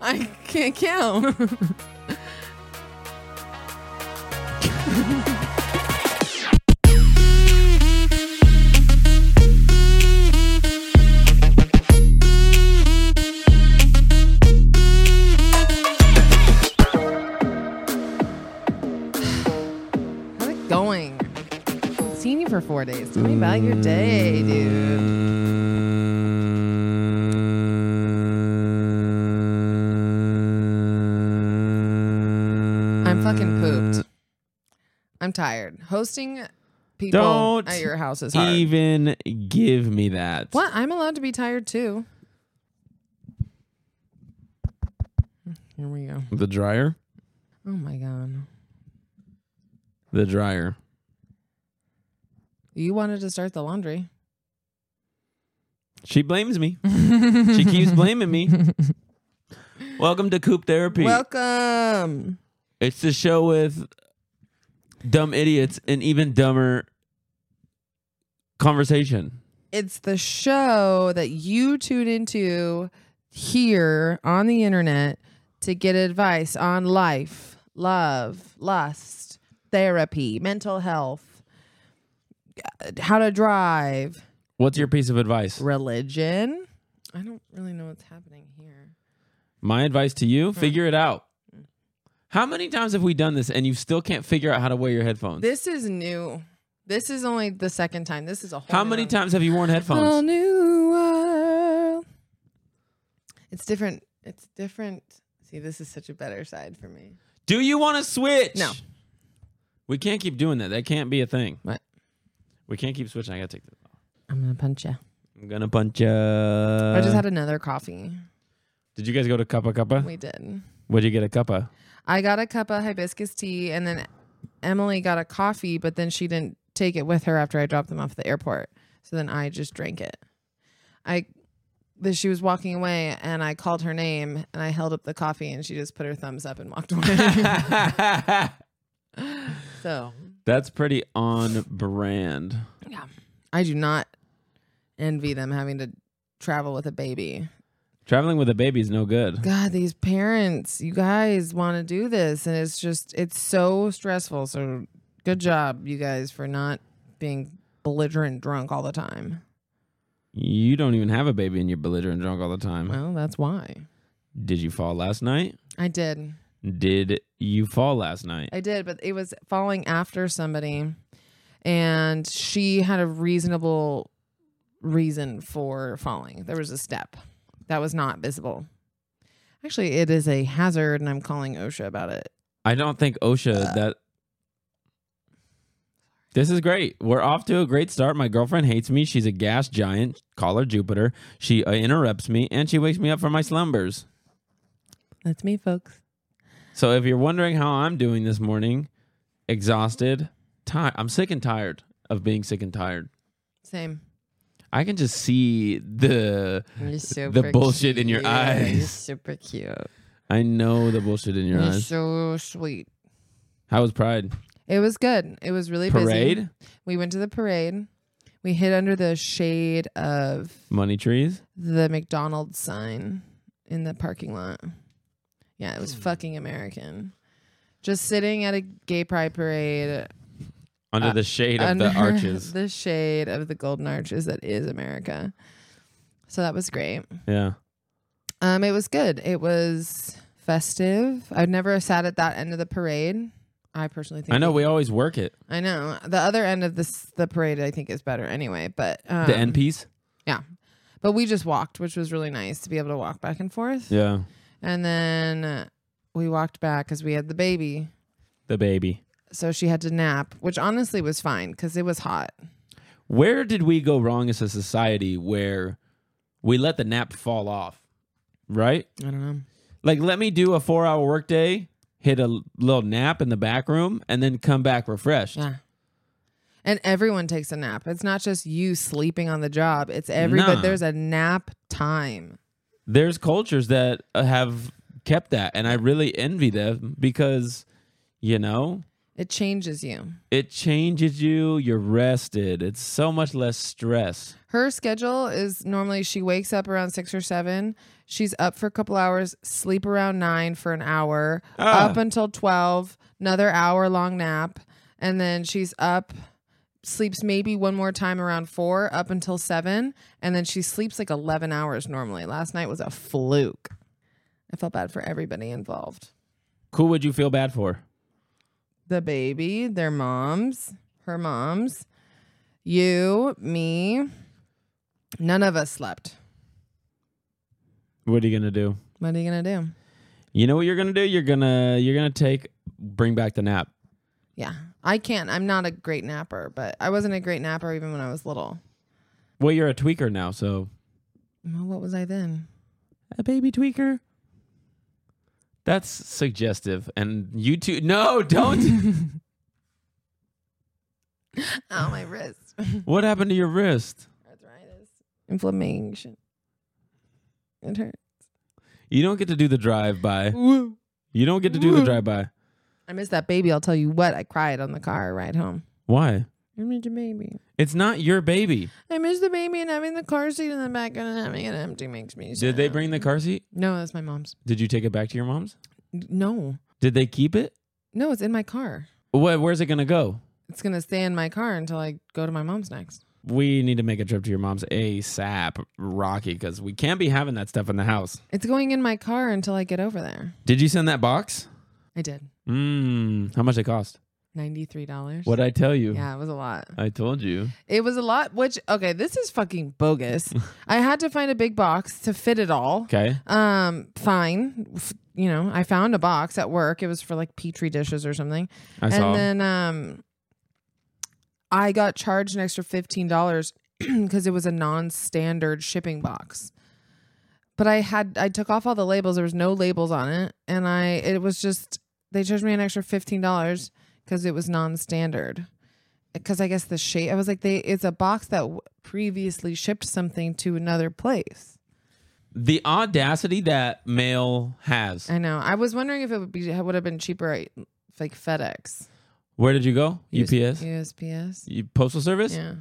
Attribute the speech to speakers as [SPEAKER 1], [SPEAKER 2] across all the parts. [SPEAKER 1] I can't count. How's it going? I've Seen you for four days. Tell me about your day, dude. I'm fucking
[SPEAKER 2] Mm,
[SPEAKER 1] pooped. I'm tired. Hosting people
[SPEAKER 2] Don't
[SPEAKER 1] at your house is hard.
[SPEAKER 2] Even give me that.
[SPEAKER 1] What? I'm allowed to be tired too. Here we go.
[SPEAKER 2] The dryer?
[SPEAKER 1] Oh my god.
[SPEAKER 2] The dryer.
[SPEAKER 1] You wanted to start the laundry.
[SPEAKER 2] She blames me. she keeps blaming me. Welcome to Coop Therapy.
[SPEAKER 1] Welcome.
[SPEAKER 2] it's the show with dumb idiots and even dumber conversation.
[SPEAKER 1] It's the show that you tune into here on the internet to get advice on life, love, lust, therapy, mental health, uh, how to drive,
[SPEAKER 2] What's your piece of advice?
[SPEAKER 1] religion. I don't really know what's happening here.
[SPEAKER 2] My advice to you,
[SPEAKER 1] Hmm.
[SPEAKER 2] figure it out. How many times have we done this and you still can't figure out how to wear your headphones?
[SPEAKER 1] This is new. This is only the second time. This is a whole
[SPEAKER 2] How
[SPEAKER 1] new
[SPEAKER 2] many
[SPEAKER 1] one.
[SPEAKER 2] times have you worn
[SPEAKER 1] Whole
[SPEAKER 2] headphones?
[SPEAKER 1] new world. It's different. It's different. See, this is such a better side for me.
[SPEAKER 2] Do you want to switch?
[SPEAKER 1] No.
[SPEAKER 2] We can't keep doing that. That can't be a thing.
[SPEAKER 1] What?
[SPEAKER 2] We can't keep switching. I gotta take this off.
[SPEAKER 1] I'm gonna punch you.
[SPEAKER 2] I'm gonna punch you.
[SPEAKER 1] I
[SPEAKER 2] Uh,
[SPEAKER 1] just had another coffee.
[SPEAKER 2] Did you guys go to Cuppa Cuppa?
[SPEAKER 1] We did.
[SPEAKER 2] What'd you get a cuppa?
[SPEAKER 1] I got a cup of hibiscus tea, and then Emily got a coffee, but then she didn't take it with her after I dropped them off at the airport. So then I just drank it. I, the, she was walking away, and I called her name, and I held up the coffee, and she just put her thumbs up and walked away. so
[SPEAKER 2] That's pretty on brand.
[SPEAKER 1] yeah, I do not envy them having to travel with a baby.
[SPEAKER 2] Traveling with a baby is no good.
[SPEAKER 1] God, these parents, you guys want to do this, and it's just it's so stressful. So good job, you guys, for not being belligerent drunk all the time.
[SPEAKER 2] You don't even have a baby and you're belligerent drunk all the time.
[SPEAKER 1] Well, that's why
[SPEAKER 2] Did you fall last night?
[SPEAKER 1] I did.
[SPEAKER 2] Did you fall last night?
[SPEAKER 1] I did, but it was falling after somebody, and she had a reasonable reason for falling. There was a step that was not visible. Actually, it is a hazard, and I'm calling OSHA about it.
[SPEAKER 2] I don't think OSHA
[SPEAKER 1] Uh,
[SPEAKER 2] that. This is great. We're off to a great start. My girlfriend hates me. She's a gas giant. Call her Jupiter. She uh, interrupts me and she wakes me up from my slumbers.
[SPEAKER 1] That's me, folks.
[SPEAKER 2] So if you're wondering how I'm doing this morning, exhausted, tired. I'm sick and tired of being sick and tired.
[SPEAKER 1] Same.
[SPEAKER 2] I can just see the.
[SPEAKER 1] You're super
[SPEAKER 2] the bullshit in your
[SPEAKER 1] cute. You're
[SPEAKER 2] eyes.
[SPEAKER 1] super cute.
[SPEAKER 2] I know the bullshit in your
[SPEAKER 1] You're
[SPEAKER 2] eyes.
[SPEAKER 1] so sweet.
[SPEAKER 2] How was Pride
[SPEAKER 1] It was good. It was really busy.
[SPEAKER 2] parade?
[SPEAKER 1] We went to the parade. We hid under the shade of
[SPEAKER 2] Money trees.
[SPEAKER 1] the McDonald's sign in the parking lot. Yeah, it was
[SPEAKER 2] Hmm.
[SPEAKER 1] fucking American. Just sitting at a gay pride parade
[SPEAKER 2] Under
[SPEAKER 1] Uh,
[SPEAKER 2] the shade of
[SPEAKER 1] under
[SPEAKER 2] the arches.
[SPEAKER 1] the shade of the golden arches that is America. So that was great.
[SPEAKER 2] yeah.
[SPEAKER 1] Um, it was good. It was festive. I've never sat at that end of the parade. I personally think
[SPEAKER 2] I know
[SPEAKER 1] we-
[SPEAKER 2] we always work it.
[SPEAKER 1] I know the other end of this the parade. I think is better anyway. But um,
[SPEAKER 2] The end piece.
[SPEAKER 1] yeah. But we just walked, which was really nice to be able to walk back and forth.
[SPEAKER 2] Yeah.
[SPEAKER 1] And then uh, we walked back because we had the baby,
[SPEAKER 2] The baby.
[SPEAKER 1] so she had to nap, which honestly was fine because it was hot.
[SPEAKER 2] Where did we go wrong as a society where we let the nap fall off? Right?
[SPEAKER 1] I don't know.
[SPEAKER 2] Like, let me do a four hour workday, hit a l- little nap in the back room, and then come back refreshed.
[SPEAKER 1] Yeah. And everyone takes a nap. It's not just you sleeping on the job. It's every.
[SPEAKER 2] Nah.
[SPEAKER 1] But there's a nap time.
[SPEAKER 2] There's cultures that uh, have kept that, and I really envy them because, you know,
[SPEAKER 1] It changes you.
[SPEAKER 2] It changes you. You're rested. It's so much less stress.
[SPEAKER 1] Her schedule is normally she wakes up around six or seven. She's up for a couple hours, sleep around nine for an hour,
[SPEAKER 2] Ah.
[SPEAKER 1] up until 12, another hour long nap. And then she's up, sleeps maybe one more time around four, up until seven. And then she sleeps like 11 hours normally. Last night was a fluke. I felt bad for everybody involved
[SPEAKER 2] Who would you feel bad for?
[SPEAKER 1] the baby, their moms, her moms, you, me. None of us slept.
[SPEAKER 2] What are you gonna do?
[SPEAKER 1] What are you gonna do?
[SPEAKER 2] You know what you're gonna do? You're gonna you're gonna take bring back the nap.
[SPEAKER 1] Yeah, I can't. I'm not a great napper, but I wasn't a great napper even when I was little.
[SPEAKER 2] Well, you're a tweaker now, so
[SPEAKER 1] Well, what was I then?
[SPEAKER 2] a baby tweaker. That's suggestive. And you two no, don't
[SPEAKER 1] Oh, my wrist.
[SPEAKER 2] What happened to your wrist?
[SPEAKER 1] Arthritis. Inflammation. It hurt.
[SPEAKER 2] You don't get to do the drive by. You don't get to do the drive by.
[SPEAKER 1] I miss that baby. I'll tell you what. I cried on the car ride home.
[SPEAKER 2] Why?
[SPEAKER 1] I miss the baby.
[SPEAKER 2] It's not your baby.
[SPEAKER 1] I miss the baby and having the car seat in the back and having it empty makes me.
[SPEAKER 2] Did they bring the car seat?
[SPEAKER 1] No, that's my mom's.
[SPEAKER 2] Did you take it back to your mom's?
[SPEAKER 1] No.
[SPEAKER 2] Did they keep it?
[SPEAKER 1] No, it's in my car.
[SPEAKER 2] Wh- where's it gonna go?
[SPEAKER 1] It's gonna stay in my car until I go to my mom's next.
[SPEAKER 2] We need to make a trip to your mom's ASAP, Rocky, because we can't be having that stuff in the house.
[SPEAKER 1] It's going in my car until I get over there.
[SPEAKER 2] Did you send that box?
[SPEAKER 1] I did.
[SPEAKER 2] Mmm. How much it cost?
[SPEAKER 1] Ninety three dollars.
[SPEAKER 2] What I tell you?
[SPEAKER 1] Yeah, it was a lot.
[SPEAKER 2] I told you.
[SPEAKER 1] It was a lot. Which okay, this is fucking bogus. I had to find a big box to fit it all.
[SPEAKER 2] Okay.
[SPEAKER 1] Um, fine. F- you know, I found a box at work. It was for like petri dishes or something.
[SPEAKER 2] I saw.
[SPEAKER 1] and then um, I got charged an extra fifteen dollars because it was a non-standard shipping box. But I had I took off all the labels. There was no labels on it, and I it was just they charged me an extra fifteen dollars because it was non-standard. Because I guess the shape I was like they it's a box that w- previously shipped something to another place.
[SPEAKER 2] the audacity that mail has.
[SPEAKER 1] I know. I was wondering if it would be would have been cheaper at like FedEx,
[SPEAKER 2] Where did you go? UPS?
[SPEAKER 1] USPS.
[SPEAKER 2] You- Postal Service?
[SPEAKER 1] Yeah.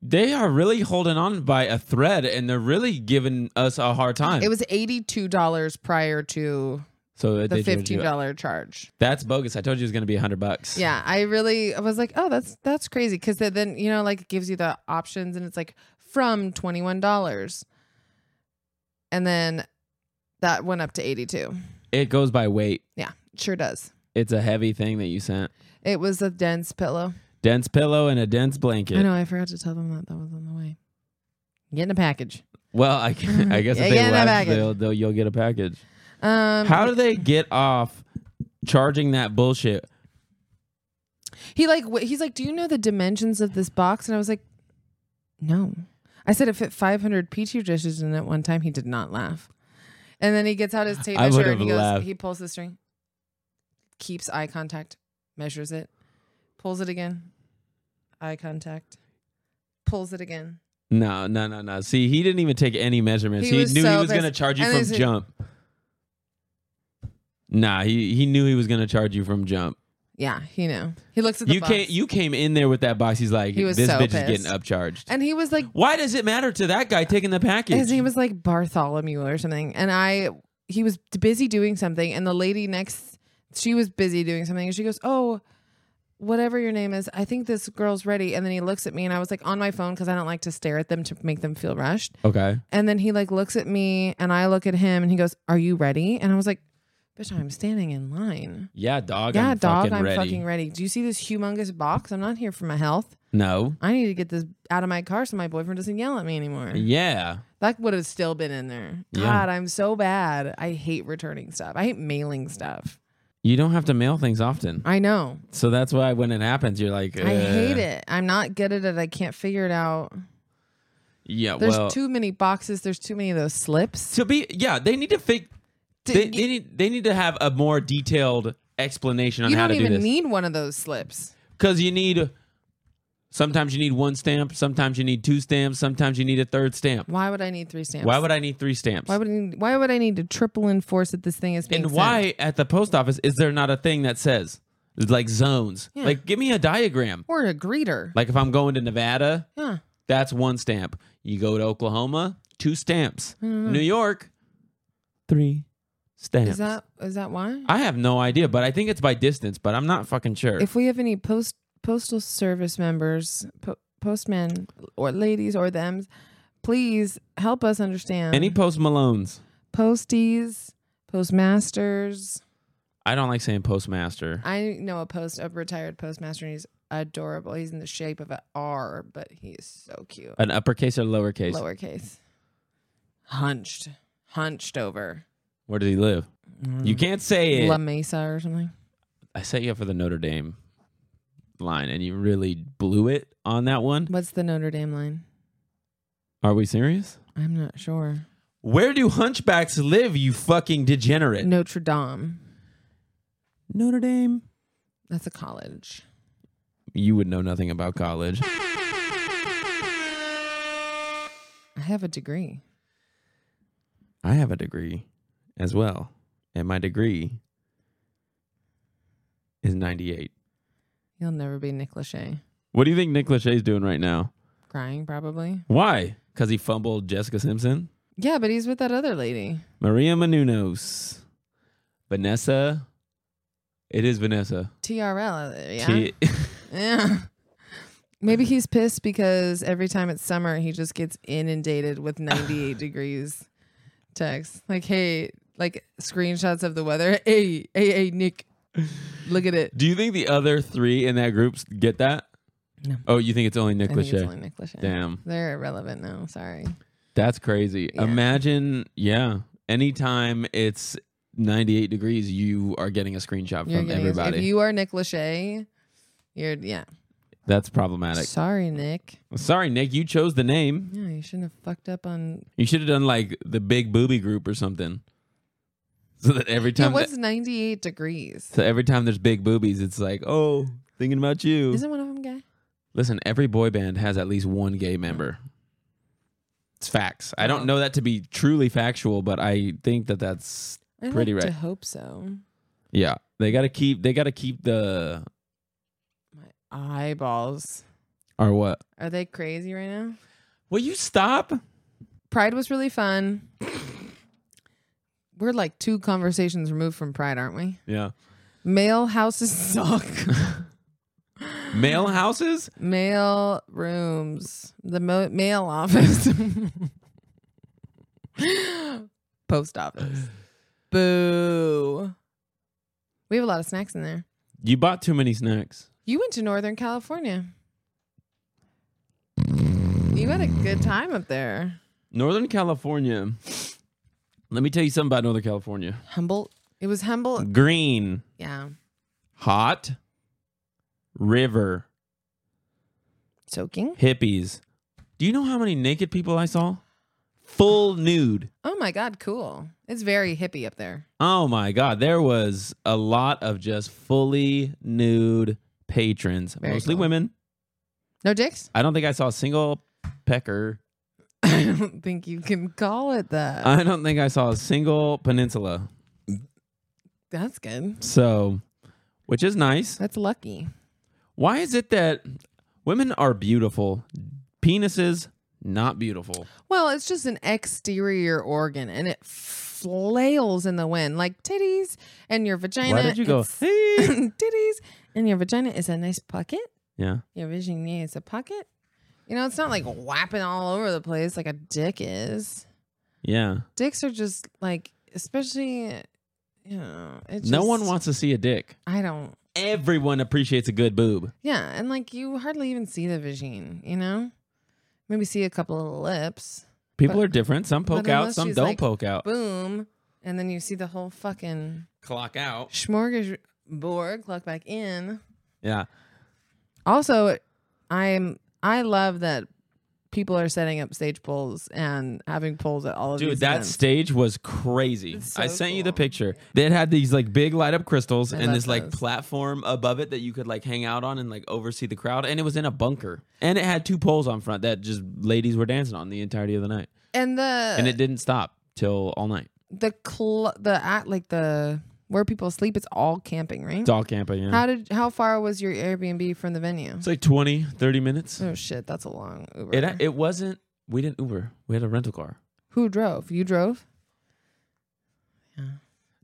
[SPEAKER 2] They are really holding on by a thread and they're really giving us a hard time.
[SPEAKER 1] It was eighty two dollars prior to
[SPEAKER 2] so that
[SPEAKER 1] the
[SPEAKER 2] they charge you-
[SPEAKER 1] fifteen dollar charge.
[SPEAKER 2] That's bogus. I told you it was going to be 100 bucks.
[SPEAKER 1] Yeah, I really I was like, oh, that's that's crazy because then you know like it gives you the options and it's like from twenty one dollars, and then that went up to eighty two.
[SPEAKER 2] It goes by weight.
[SPEAKER 1] Yeah, sure does.
[SPEAKER 2] It's a heavy thing that you sent.
[SPEAKER 1] It was a dense pillow.
[SPEAKER 2] Dense pillow and a dense
[SPEAKER 1] I
[SPEAKER 2] blanket.
[SPEAKER 1] know. I forgot to tell them that that was on the way. Getting a package.
[SPEAKER 2] well, I, can- I guess
[SPEAKER 1] Yeah,
[SPEAKER 2] if
[SPEAKER 1] get
[SPEAKER 2] they
[SPEAKER 1] in the
[SPEAKER 2] left,
[SPEAKER 1] package.
[SPEAKER 2] they'll, they'll, you'll get a package.
[SPEAKER 1] Um,
[SPEAKER 2] How do they get off charging that bullshit?
[SPEAKER 1] He like wh- he's like, do you know the dimensions of this box? And I was like, no. I said it fit 500 petri dishes in it one time. He did not laugh. And then he gets out his tape
[SPEAKER 2] I
[SPEAKER 1] measure
[SPEAKER 2] would've
[SPEAKER 1] and he goes,
[SPEAKER 2] laughed.
[SPEAKER 1] he pulls the string, keeps eye contact, measures it, pulls it again, eye contact, pulls it again.
[SPEAKER 2] No, no, no, no. See, he didn't even take any measurements.
[SPEAKER 1] He
[SPEAKER 2] He,
[SPEAKER 1] was
[SPEAKER 2] knew
[SPEAKER 1] so
[SPEAKER 2] he was going to
[SPEAKER 1] pissed.
[SPEAKER 2] charge you
[SPEAKER 1] And
[SPEAKER 2] from
[SPEAKER 1] he's like-
[SPEAKER 2] jump. Nah, he, he knew he was going to charge you from jump.
[SPEAKER 1] Yeah, he knew. He looks at the
[SPEAKER 2] You
[SPEAKER 1] box.
[SPEAKER 2] can't. You came in there with that box. He's like,
[SPEAKER 1] He was
[SPEAKER 2] this
[SPEAKER 1] so
[SPEAKER 2] bitch is
[SPEAKER 1] pissed.
[SPEAKER 2] getting upcharged.
[SPEAKER 1] and he was like,
[SPEAKER 2] Why does it matter to that guy taking the
[SPEAKER 1] His
[SPEAKER 2] package?
[SPEAKER 1] name was like Bartholomew or something. And I, he was busy doing something. And the lady next, she was busy doing something. And she goes, Oh, whatever your name is, I think this girl's ready. And then he looks at me and I was like on my phone because I don't like to stare at them to make them feel rushed.
[SPEAKER 2] okay.
[SPEAKER 1] And then he like looks at me and I look at him and he goes, Are you ready? And I was like, Bitch, I'm standing in line.
[SPEAKER 2] Yeah, dog.
[SPEAKER 1] yeah,
[SPEAKER 2] I'm
[SPEAKER 1] dog,
[SPEAKER 2] Fucking
[SPEAKER 1] I'm
[SPEAKER 2] ready.
[SPEAKER 1] fucking ready. Do you see this humongous box? I'm not here for my health.
[SPEAKER 2] no.
[SPEAKER 1] I need to get this out of my car so my boyfriend doesn't yell at me anymore.
[SPEAKER 2] Yeah.
[SPEAKER 1] That would have still been in there.
[SPEAKER 2] Yeah.
[SPEAKER 1] God, I'm so bad. I hate returning stuff. I hate mailing stuff.
[SPEAKER 2] You don't have to mail things often,
[SPEAKER 1] I know.
[SPEAKER 2] so that's why when it happens, you're like,
[SPEAKER 1] I hate
[SPEAKER 2] "Ugh."
[SPEAKER 1] it. I'm not good at it. I can't figure it out.
[SPEAKER 2] Yeah.
[SPEAKER 1] There's
[SPEAKER 2] well,
[SPEAKER 1] too many boxes. There's too many of those slips.
[SPEAKER 2] to be yeah, they need to fig- They,
[SPEAKER 1] Dude,
[SPEAKER 2] they need they need to have a more detailed explanation on
[SPEAKER 1] you
[SPEAKER 2] how
[SPEAKER 1] don't
[SPEAKER 2] to do
[SPEAKER 1] even
[SPEAKER 2] this
[SPEAKER 1] need one of those slips.
[SPEAKER 2] because you need. Sometimes you need one stamp. Sometimes you need two stamps. Sometimes you need a third stamp.
[SPEAKER 1] Why would I need three stamps?
[SPEAKER 2] Why would I need three stamps?
[SPEAKER 1] why would I need, why would I need to triple enforce that this thing is being
[SPEAKER 2] and
[SPEAKER 1] sent?
[SPEAKER 2] why at the post office is there not a thing that says It's like zones.
[SPEAKER 1] Yeah.
[SPEAKER 2] Like, give me a diagram.
[SPEAKER 1] Or a greeter.
[SPEAKER 2] Like, if I'm going to Nevada,
[SPEAKER 1] yeah.
[SPEAKER 2] that's one stamp. You go to Oklahoma, two stamps.
[SPEAKER 1] Mm.
[SPEAKER 2] New York, three stamps.
[SPEAKER 1] Is that is that why?
[SPEAKER 2] I have no idea, but I think it's by distance, but I'm not fucking sure.
[SPEAKER 1] If we have any post postal service members, po- postmen or ladies or them, please help us understand.
[SPEAKER 2] Any Post Malones?
[SPEAKER 1] posties, postmasters.
[SPEAKER 2] I don't like saying postmaster.
[SPEAKER 1] I know a post a retired postmaster and he's adorable. He's in the shape of an R, but he is so cute.
[SPEAKER 2] An uppercase or lowercase?
[SPEAKER 1] Lowercase. Hunched. Hunched over.
[SPEAKER 2] Where does he live? You can't say it.
[SPEAKER 1] La Mesa or something.
[SPEAKER 2] I set you up for the Notre Dame line, and you really blew it on that one.
[SPEAKER 1] What's the Notre Dame line?
[SPEAKER 2] Are we serious?
[SPEAKER 1] I'm not sure.
[SPEAKER 2] Where do hunchbacks live, you fucking degenerate?
[SPEAKER 1] Notre Dame.
[SPEAKER 2] Notre Dame.
[SPEAKER 1] That's a college.
[SPEAKER 2] You would know nothing about college.
[SPEAKER 1] I have a degree.
[SPEAKER 2] I have a degree as well, and my degree is 98.
[SPEAKER 1] You'll never be Nick Lachey.
[SPEAKER 2] What do you think Nick Lachey's doing right now?
[SPEAKER 1] Crying probably.
[SPEAKER 2] Why? Because he fumbled Jessica Simpson,
[SPEAKER 1] Yeah, but he's with that other lady.
[SPEAKER 2] Maria Menounos, Vanessa. It is Vanessa.
[SPEAKER 1] TRL. uh, Yeah.
[SPEAKER 2] T-
[SPEAKER 1] yeah. Maybe he's pissed because every time it's summer, he just gets inundated with 98 degrees texts. Like, hey, like screenshots of the weather. Hey, hey, hey, Nick, look at it.
[SPEAKER 2] do you think the other three in that group get that?
[SPEAKER 1] No.
[SPEAKER 2] Oh, you think it's only Nick
[SPEAKER 1] I think
[SPEAKER 2] Lachey?
[SPEAKER 1] it's only Nick Lachey.
[SPEAKER 2] Damn,
[SPEAKER 1] They're irrelevant now. Sorry.
[SPEAKER 2] that's crazy.
[SPEAKER 1] Yeah.
[SPEAKER 2] Imagine, yeah. Anytime it's 98 degrees, you are getting a screenshot
[SPEAKER 1] You're
[SPEAKER 2] from
[SPEAKER 1] getting-
[SPEAKER 2] everybody.
[SPEAKER 1] If you are Nick Lachey, you're, yeah.
[SPEAKER 2] that's problematic.
[SPEAKER 1] Sorry, Nick.
[SPEAKER 2] Sorry, Nick, you chose the name.
[SPEAKER 1] Yeah, you shouldn't have fucked up on.
[SPEAKER 2] You should have done like the big booby group or something. So that every
[SPEAKER 1] Yeah,
[SPEAKER 2] time
[SPEAKER 1] what's 98 degrees?
[SPEAKER 2] So every time there's big boobies, it's like, oh, thinking about you.
[SPEAKER 1] Isn't one of them gay?
[SPEAKER 2] Listen, every boy band has at least one gay member. It's facts. I don't know that to be truly factual, but I think that that's
[SPEAKER 1] I'd
[SPEAKER 2] Pretty
[SPEAKER 1] like to
[SPEAKER 2] right.
[SPEAKER 1] hope so.
[SPEAKER 2] yeah. They gotta keep. They gotta keep the
[SPEAKER 1] My eyeballs.
[SPEAKER 2] or what?
[SPEAKER 1] Are they crazy right now?
[SPEAKER 2] Will you stop?
[SPEAKER 1] Pride was really fun. We're like two conversations removed from Pride, aren't we?
[SPEAKER 2] Yeah.
[SPEAKER 1] Male houses suck.
[SPEAKER 2] Male houses.
[SPEAKER 1] male rooms. The mo- mail office. Post office. Boo. We have a lot of snacks in there.
[SPEAKER 2] You bought too many snacks.
[SPEAKER 1] You went to Northern California. You had a good time up there.
[SPEAKER 2] Northern California. Let me tell you something about Northern California.
[SPEAKER 1] Humboldt. It was Humboldt.
[SPEAKER 2] Green,
[SPEAKER 1] Yeah.
[SPEAKER 2] hot, river,
[SPEAKER 1] Soaking.
[SPEAKER 2] hippies. Do you know how many naked people I saw? Full nude.
[SPEAKER 1] Oh my God, cool. It's very hippie up there.
[SPEAKER 2] Oh my God. There was a lot of just fully nude patrons,
[SPEAKER 1] Very
[SPEAKER 2] mostly
[SPEAKER 1] cool.
[SPEAKER 2] women.
[SPEAKER 1] No dicks?
[SPEAKER 2] I don't think I saw a single pecker.
[SPEAKER 1] I don't think you can call it that.
[SPEAKER 2] I don't think I saw a single peninsula.
[SPEAKER 1] That's good.
[SPEAKER 2] So, which is nice.
[SPEAKER 1] That's lucky.
[SPEAKER 2] Why is it that women are beautiful? Penises, not beautiful.
[SPEAKER 1] Well, it's just an exterior organ and it flails in the wind like titties and your vagina.
[SPEAKER 2] Why did you go,
[SPEAKER 1] is-
[SPEAKER 2] hey?
[SPEAKER 1] titties and your vagina is a nice pocket?
[SPEAKER 2] Yeah.
[SPEAKER 1] Your vagina is a pocket? You know, it's not like whapping all over the place like a dick is.
[SPEAKER 2] Yeah.
[SPEAKER 1] Dicks are just like, especially, you know, it's
[SPEAKER 2] no one wants to see a dick.
[SPEAKER 1] I don't.
[SPEAKER 2] Everyone appreciates a good boob.
[SPEAKER 1] Yeah, and like you hardly even see the vagine, you know? Maybe see a couple of lips.
[SPEAKER 2] People
[SPEAKER 1] But-
[SPEAKER 2] are different. Some
[SPEAKER 1] but
[SPEAKER 2] poke out,
[SPEAKER 1] unless
[SPEAKER 2] some
[SPEAKER 1] she's
[SPEAKER 2] don't
[SPEAKER 1] like-
[SPEAKER 2] poke out.
[SPEAKER 1] Boom. And then you see the whole fucking
[SPEAKER 2] Clock out.
[SPEAKER 1] smorgasbord clock back in.
[SPEAKER 2] Yeah.
[SPEAKER 1] Also, I'm I love that people are setting up stage polls and having polls at all of
[SPEAKER 2] Dude,
[SPEAKER 1] these
[SPEAKER 2] that
[SPEAKER 1] events.
[SPEAKER 2] stage was crazy.
[SPEAKER 1] It's so
[SPEAKER 2] I sent you the
[SPEAKER 1] cool.
[SPEAKER 2] picture. They had these like big light up crystals
[SPEAKER 1] I
[SPEAKER 2] and
[SPEAKER 1] love
[SPEAKER 2] this like
[SPEAKER 1] those.
[SPEAKER 2] platform above it that you could like hang out on and like oversee the crowd. And it was in a bunker. And it had two poles on front that just ladies were dancing on the entirety of the night.
[SPEAKER 1] and the
[SPEAKER 2] and it didn't stop till all night.
[SPEAKER 1] the cl- the at like the where people sleep. It's all camping, right?
[SPEAKER 2] It's all camping. Yeah.
[SPEAKER 1] How did how far was your Airbnb from the venue?
[SPEAKER 2] it's like 20, 30 minutes.
[SPEAKER 1] Oh shit, that's a long Uber.
[SPEAKER 2] It it wasn't. We didn't Uber. We had a rental car.
[SPEAKER 1] Who drove? You drove?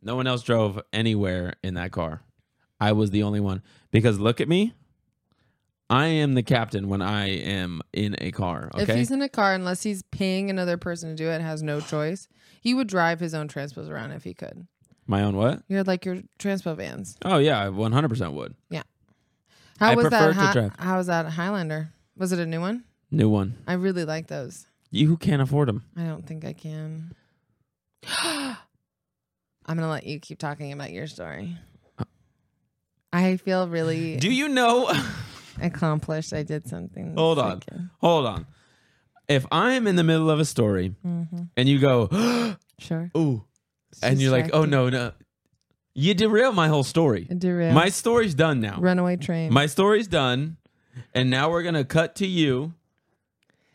[SPEAKER 2] No one else drove anywhere in that car. I was the only one because look at me. I am the captain when I am in a car.
[SPEAKER 1] If
[SPEAKER 2] Okay.
[SPEAKER 1] he's in a car, unless he's paying another person to do it, has no choice. He would drive his own transpos around if he could.
[SPEAKER 2] My own what?
[SPEAKER 1] You're like your transpo vans.
[SPEAKER 2] Oh yeah, I 100% would.
[SPEAKER 1] How
[SPEAKER 2] I
[SPEAKER 1] was
[SPEAKER 2] prefer
[SPEAKER 1] that?
[SPEAKER 2] to
[SPEAKER 1] Hi-
[SPEAKER 2] drive.
[SPEAKER 1] How was that Highlander? Was it a new one?
[SPEAKER 2] New one.
[SPEAKER 1] I really like those.
[SPEAKER 2] You can't afford them.
[SPEAKER 1] I don't think I can. I'm gonna let you keep talking about your story. I feel really
[SPEAKER 2] Do you know?
[SPEAKER 1] accomplished. I did something. this
[SPEAKER 2] Hold on.
[SPEAKER 1] weekend.
[SPEAKER 2] Hold on. If I'm in the middle of a story
[SPEAKER 1] Mm-hmm.
[SPEAKER 2] and you go,
[SPEAKER 1] Sure.
[SPEAKER 2] ooh, and you're like, oh no, no, you derail my whole story.
[SPEAKER 1] Derail.
[SPEAKER 2] My story's done now.
[SPEAKER 1] runaway train.
[SPEAKER 2] My story's done, and now we're gonna cut to you.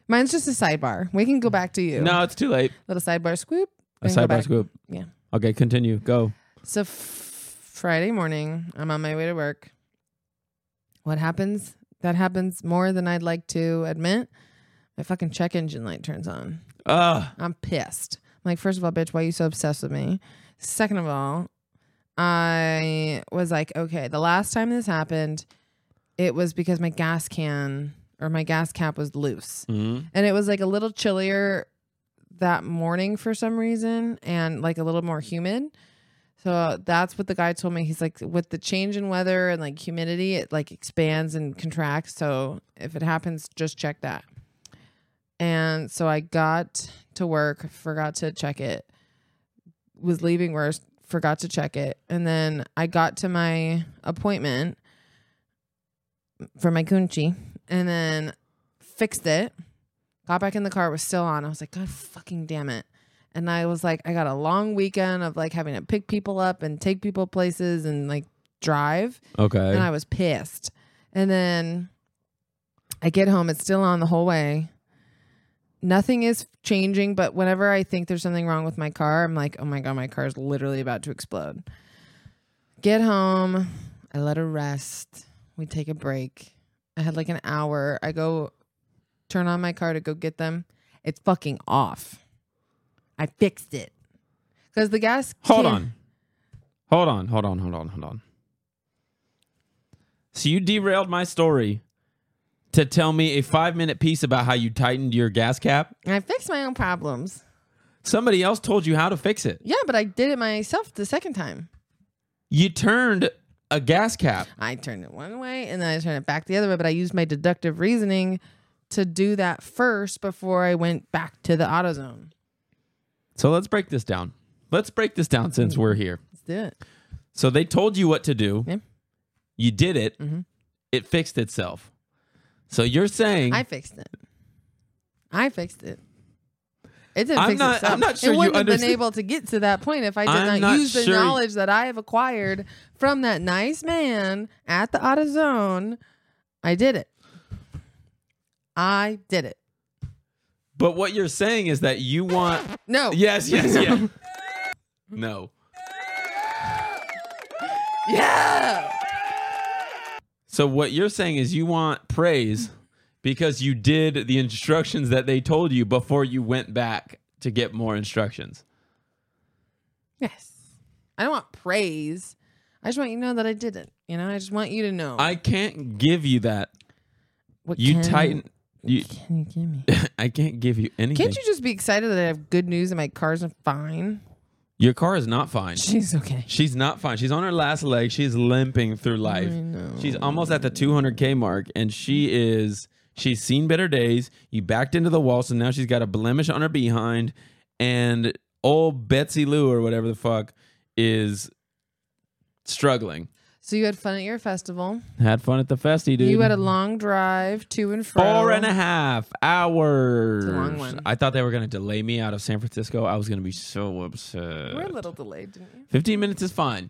[SPEAKER 1] Mine's just a sidebar. We can go back to you.
[SPEAKER 2] No, it's too late.
[SPEAKER 1] Little sidebar scoop.
[SPEAKER 2] A
[SPEAKER 1] then go
[SPEAKER 2] sidebar
[SPEAKER 1] back.
[SPEAKER 2] scoop.
[SPEAKER 1] Yeah.
[SPEAKER 2] Okay, continue. Go.
[SPEAKER 1] So f- Friday morning, I'm on my way to work. What happens? That happens more than I'd like to admit. My fucking check engine light turns on.
[SPEAKER 2] Ah,
[SPEAKER 1] I'm pissed. I'm like, first of all, bitch, why are you so obsessed with me? Second of all, I was like, okay, the last time this happened, it was because my gas can or my gas cap was loose. And it was like a little chillier that morning for some reason and like a little more humid. So that's what the guy told me. He's like, with the change in weather and like humidity, it like expands and contracts. So if it happens, just check that. And so I got to work, forgot to check it, was leaving work, forgot to check it. And then I got to my appointment for my kunchi and then fixed it. Got back in the car, it was still on. I was like, God fucking damn it. And I was like, I got a long weekend of like having to pick people up and take people places and like drive
[SPEAKER 2] okay.
[SPEAKER 1] and I was pissed. And then I get home, it's still on the whole way. Nothing is changing, but whenever I think there's something wrong with my car, I'm like, oh my God, my car's literally about to explode. Get home, I let her rest. We take a break. I had like an hour. I go turn on my car to go get them. It's fucking off. I fixed it. Because the gas.
[SPEAKER 2] hold
[SPEAKER 1] can-
[SPEAKER 2] on. Hold on. Hold on. Hold on. Hold on. So you derailed my story to tell me a five minute piece about how you tightened your gas cap.
[SPEAKER 1] I fixed my own problems.
[SPEAKER 2] Somebody else told you how to fix it.
[SPEAKER 1] Yeah, but I did it myself the second time.
[SPEAKER 2] You turned a gas cap.
[SPEAKER 1] I turned it one way and then I turned it back the other way, but I used my deductive reasoning to do that first before I went back to the AutoZone.
[SPEAKER 2] So let's break this down. Let's break this down since we're here.
[SPEAKER 1] Let's do it.
[SPEAKER 2] So they told you what to do.
[SPEAKER 1] Yeah. Mm-hmm.
[SPEAKER 2] You did it. It fixed itself. So you're saying
[SPEAKER 1] I fixed it. I fixed it. It didn't
[SPEAKER 2] I'm
[SPEAKER 1] fix
[SPEAKER 2] not-
[SPEAKER 1] itself.
[SPEAKER 2] I'm not sure
[SPEAKER 1] it
[SPEAKER 2] you
[SPEAKER 1] wouldn't have
[SPEAKER 2] understand-
[SPEAKER 1] been able to get to that point if I did
[SPEAKER 2] I'm
[SPEAKER 1] not,
[SPEAKER 2] not
[SPEAKER 1] use the
[SPEAKER 2] sure you-
[SPEAKER 1] knowledge that I have acquired from that nice man at the AutoZone. I did it. I did it.
[SPEAKER 2] But what you're saying is that you want
[SPEAKER 1] No.
[SPEAKER 2] Yes, yes, yeah. no.
[SPEAKER 1] Yeah.
[SPEAKER 2] So what you're saying is you want praise because you did the instructions that they told you before you went back to get more instructions.
[SPEAKER 1] Yes. I don't want praise. I just want you to know that I did it. You know, I just want you to know.
[SPEAKER 2] I can't give you that.
[SPEAKER 1] what
[SPEAKER 2] You
[SPEAKER 1] can-
[SPEAKER 2] tighten you
[SPEAKER 1] Can you give me?
[SPEAKER 2] I can't give you anything.
[SPEAKER 1] Can't you just be excited that I have good news and my car's fine?
[SPEAKER 2] Your car is not fine.
[SPEAKER 1] She's okay.
[SPEAKER 2] She's not fine. She's on her last leg. She's limping through life.
[SPEAKER 1] know.
[SPEAKER 2] She's almost at the 200k mark, and she is. She's seen better days. You backed into the wall, so now she's got a blemish on her behind, and old Betsy Lou or whatever the fuck is struggling.
[SPEAKER 1] So you had fun at your festival.
[SPEAKER 2] Had fun at the festy, dude.
[SPEAKER 1] You had a long drive to and fro.
[SPEAKER 2] Four and a half hours.
[SPEAKER 1] It's a long one.
[SPEAKER 2] I thought they were gonna delay me out of San Francisco. I was gonna be so
[SPEAKER 1] You were a
[SPEAKER 2] upset.
[SPEAKER 1] little delayed, didn't you?
[SPEAKER 2] 15 minutes is fine.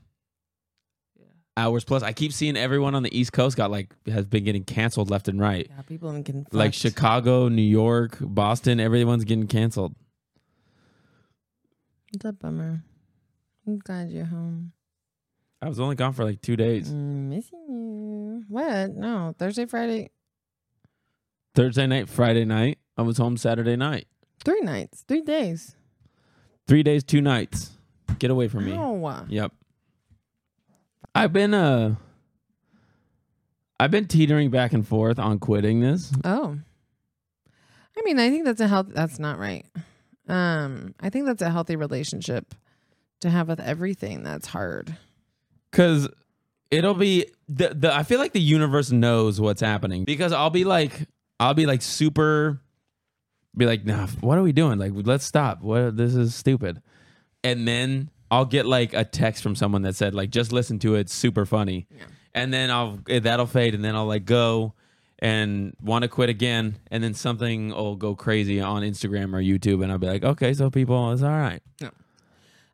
[SPEAKER 2] Hours plus. I keep seeing everyone on the East Coast got like has been getting canceled left and right.
[SPEAKER 1] Yeah, people have been
[SPEAKER 2] Like Chicago, New York, Boston, everyone's getting canceled.
[SPEAKER 1] It's a bummer. I'm glad you're home.
[SPEAKER 2] I was only gone for like two days.
[SPEAKER 1] Mm, missing you. What? No, Thursday, Friday,
[SPEAKER 2] Thursday night, Friday night. I was home Saturday night.
[SPEAKER 1] three nights, three days.
[SPEAKER 2] Three days, two nights. Get away from me.
[SPEAKER 1] No.
[SPEAKER 2] Yep. I've been uh I've been teetering back and forth on quitting this.
[SPEAKER 1] Oh. I mean, I think that's a health that's not right. Um, I think that's a healthy relationship to have with everything that's hard.
[SPEAKER 2] Cause it'll be the, the I feel like the universe knows what's happening because I'll be like I'll be like super be like, nah, what are we doing? Like let's stop. What this is stupid. And then I'll get like a text from someone that said, like, just listen to it, it's super funny. And then I'll that'll fade and then I'll like go and want to quit again. And then something will go crazy on Instagram or YouTube and I'll be like, okay, so people, it's all right.
[SPEAKER 1] Uh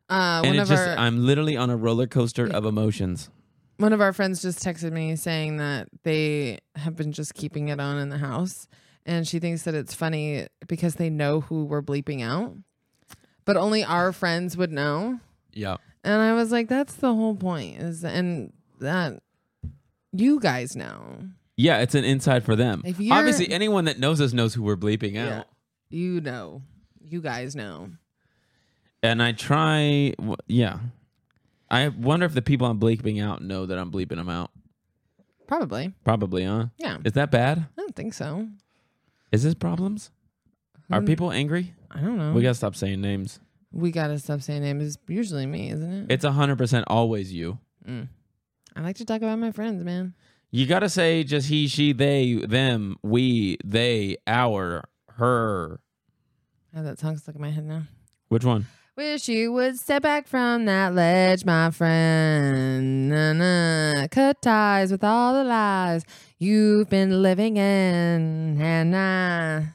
[SPEAKER 2] And
[SPEAKER 1] one
[SPEAKER 2] it's
[SPEAKER 1] of
[SPEAKER 2] just
[SPEAKER 1] our
[SPEAKER 2] I'm literally on a roller coaster of emotions.
[SPEAKER 1] one of our friends just texted me saying that they have been just keeping it on in the house and she thinks that it's funny because they know who we're bleeping out. But only our friends would know.
[SPEAKER 2] Yeah.
[SPEAKER 1] And I was like, that's the whole point is and that you guys know.
[SPEAKER 2] Yeah, it's an inside for them.
[SPEAKER 1] If you're-
[SPEAKER 2] Obviously, anyone that knows us knows who we're bleeping out.
[SPEAKER 1] Yeah. You know. You guys know.
[SPEAKER 2] And I try, w- yeah. I wonder if the people I'm bleeping out know that I'm bleeping them out.
[SPEAKER 1] Probably.
[SPEAKER 2] Probably, huh?
[SPEAKER 1] Yeah.
[SPEAKER 2] Is that bad?
[SPEAKER 1] I don't think so.
[SPEAKER 2] Is this problems? Are
[SPEAKER 1] Mm.
[SPEAKER 2] people angry?
[SPEAKER 1] I don't know.
[SPEAKER 2] We gotta stop saying names.
[SPEAKER 1] we gotta stop saying names. It's usually me, isn't it?
[SPEAKER 2] It's hundred percent always you.
[SPEAKER 1] Mm. I like to talk about my friends, man.
[SPEAKER 2] You gotta say just he, she, they, them, we, they, our, her.
[SPEAKER 1] I have that song stuck in my head now.
[SPEAKER 2] Which one?
[SPEAKER 1] Wish you would step back from that ledge, my friend. Na, na. Cut ties with all the lies you've been living in. And I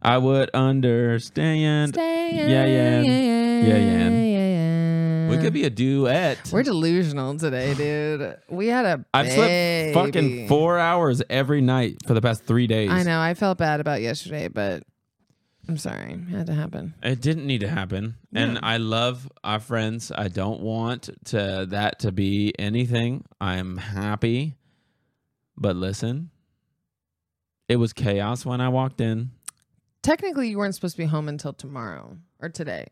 [SPEAKER 2] I would understand.
[SPEAKER 1] stay in.
[SPEAKER 2] Yeah, yeah. Yeah, yeah.
[SPEAKER 1] yeah, yeah.
[SPEAKER 2] We could be a duet.
[SPEAKER 1] We're delusional today, dude. We had a
[SPEAKER 2] I've
[SPEAKER 1] baby.
[SPEAKER 2] slept fucking four hours every night for the past three days.
[SPEAKER 1] I know. I felt bad about yesterday, but I'm sorry. It had to happen.
[SPEAKER 2] It didn't need to happen. And I love our friends. I don't want to that to be anything. I'm happy. But listen, it was chaos when I walked in.
[SPEAKER 1] Technically, you weren't supposed to be home until tomorrow or today.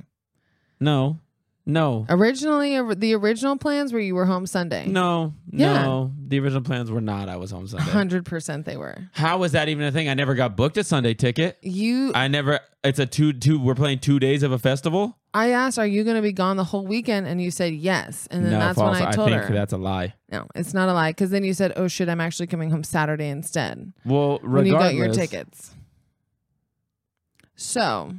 [SPEAKER 2] No. No.
[SPEAKER 1] Originally, or- the original plans were you were home Sunday.
[SPEAKER 2] No.
[SPEAKER 1] Yeah.
[SPEAKER 2] No. The original plans were not I was home Sunday.
[SPEAKER 1] 100% they were.
[SPEAKER 2] How was that even a thing? I never got booked a Sunday ticket.
[SPEAKER 1] You, I,
[SPEAKER 2] I never it's a two two we're playing two days of a festival.
[SPEAKER 1] asked, are you going to be gone the whole weekend? And you said yes. And then
[SPEAKER 2] no,
[SPEAKER 1] that's
[SPEAKER 2] false.
[SPEAKER 1] when I
[SPEAKER 2] I
[SPEAKER 1] told
[SPEAKER 2] think
[SPEAKER 1] her.
[SPEAKER 2] that's a lie.
[SPEAKER 1] no, it's not a lie. Because then you said, oh shit, I'm actually coming home Saturday instead
[SPEAKER 2] Well,
[SPEAKER 1] when you
[SPEAKER 2] regardless,
[SPEAKER 1] got your tickets. So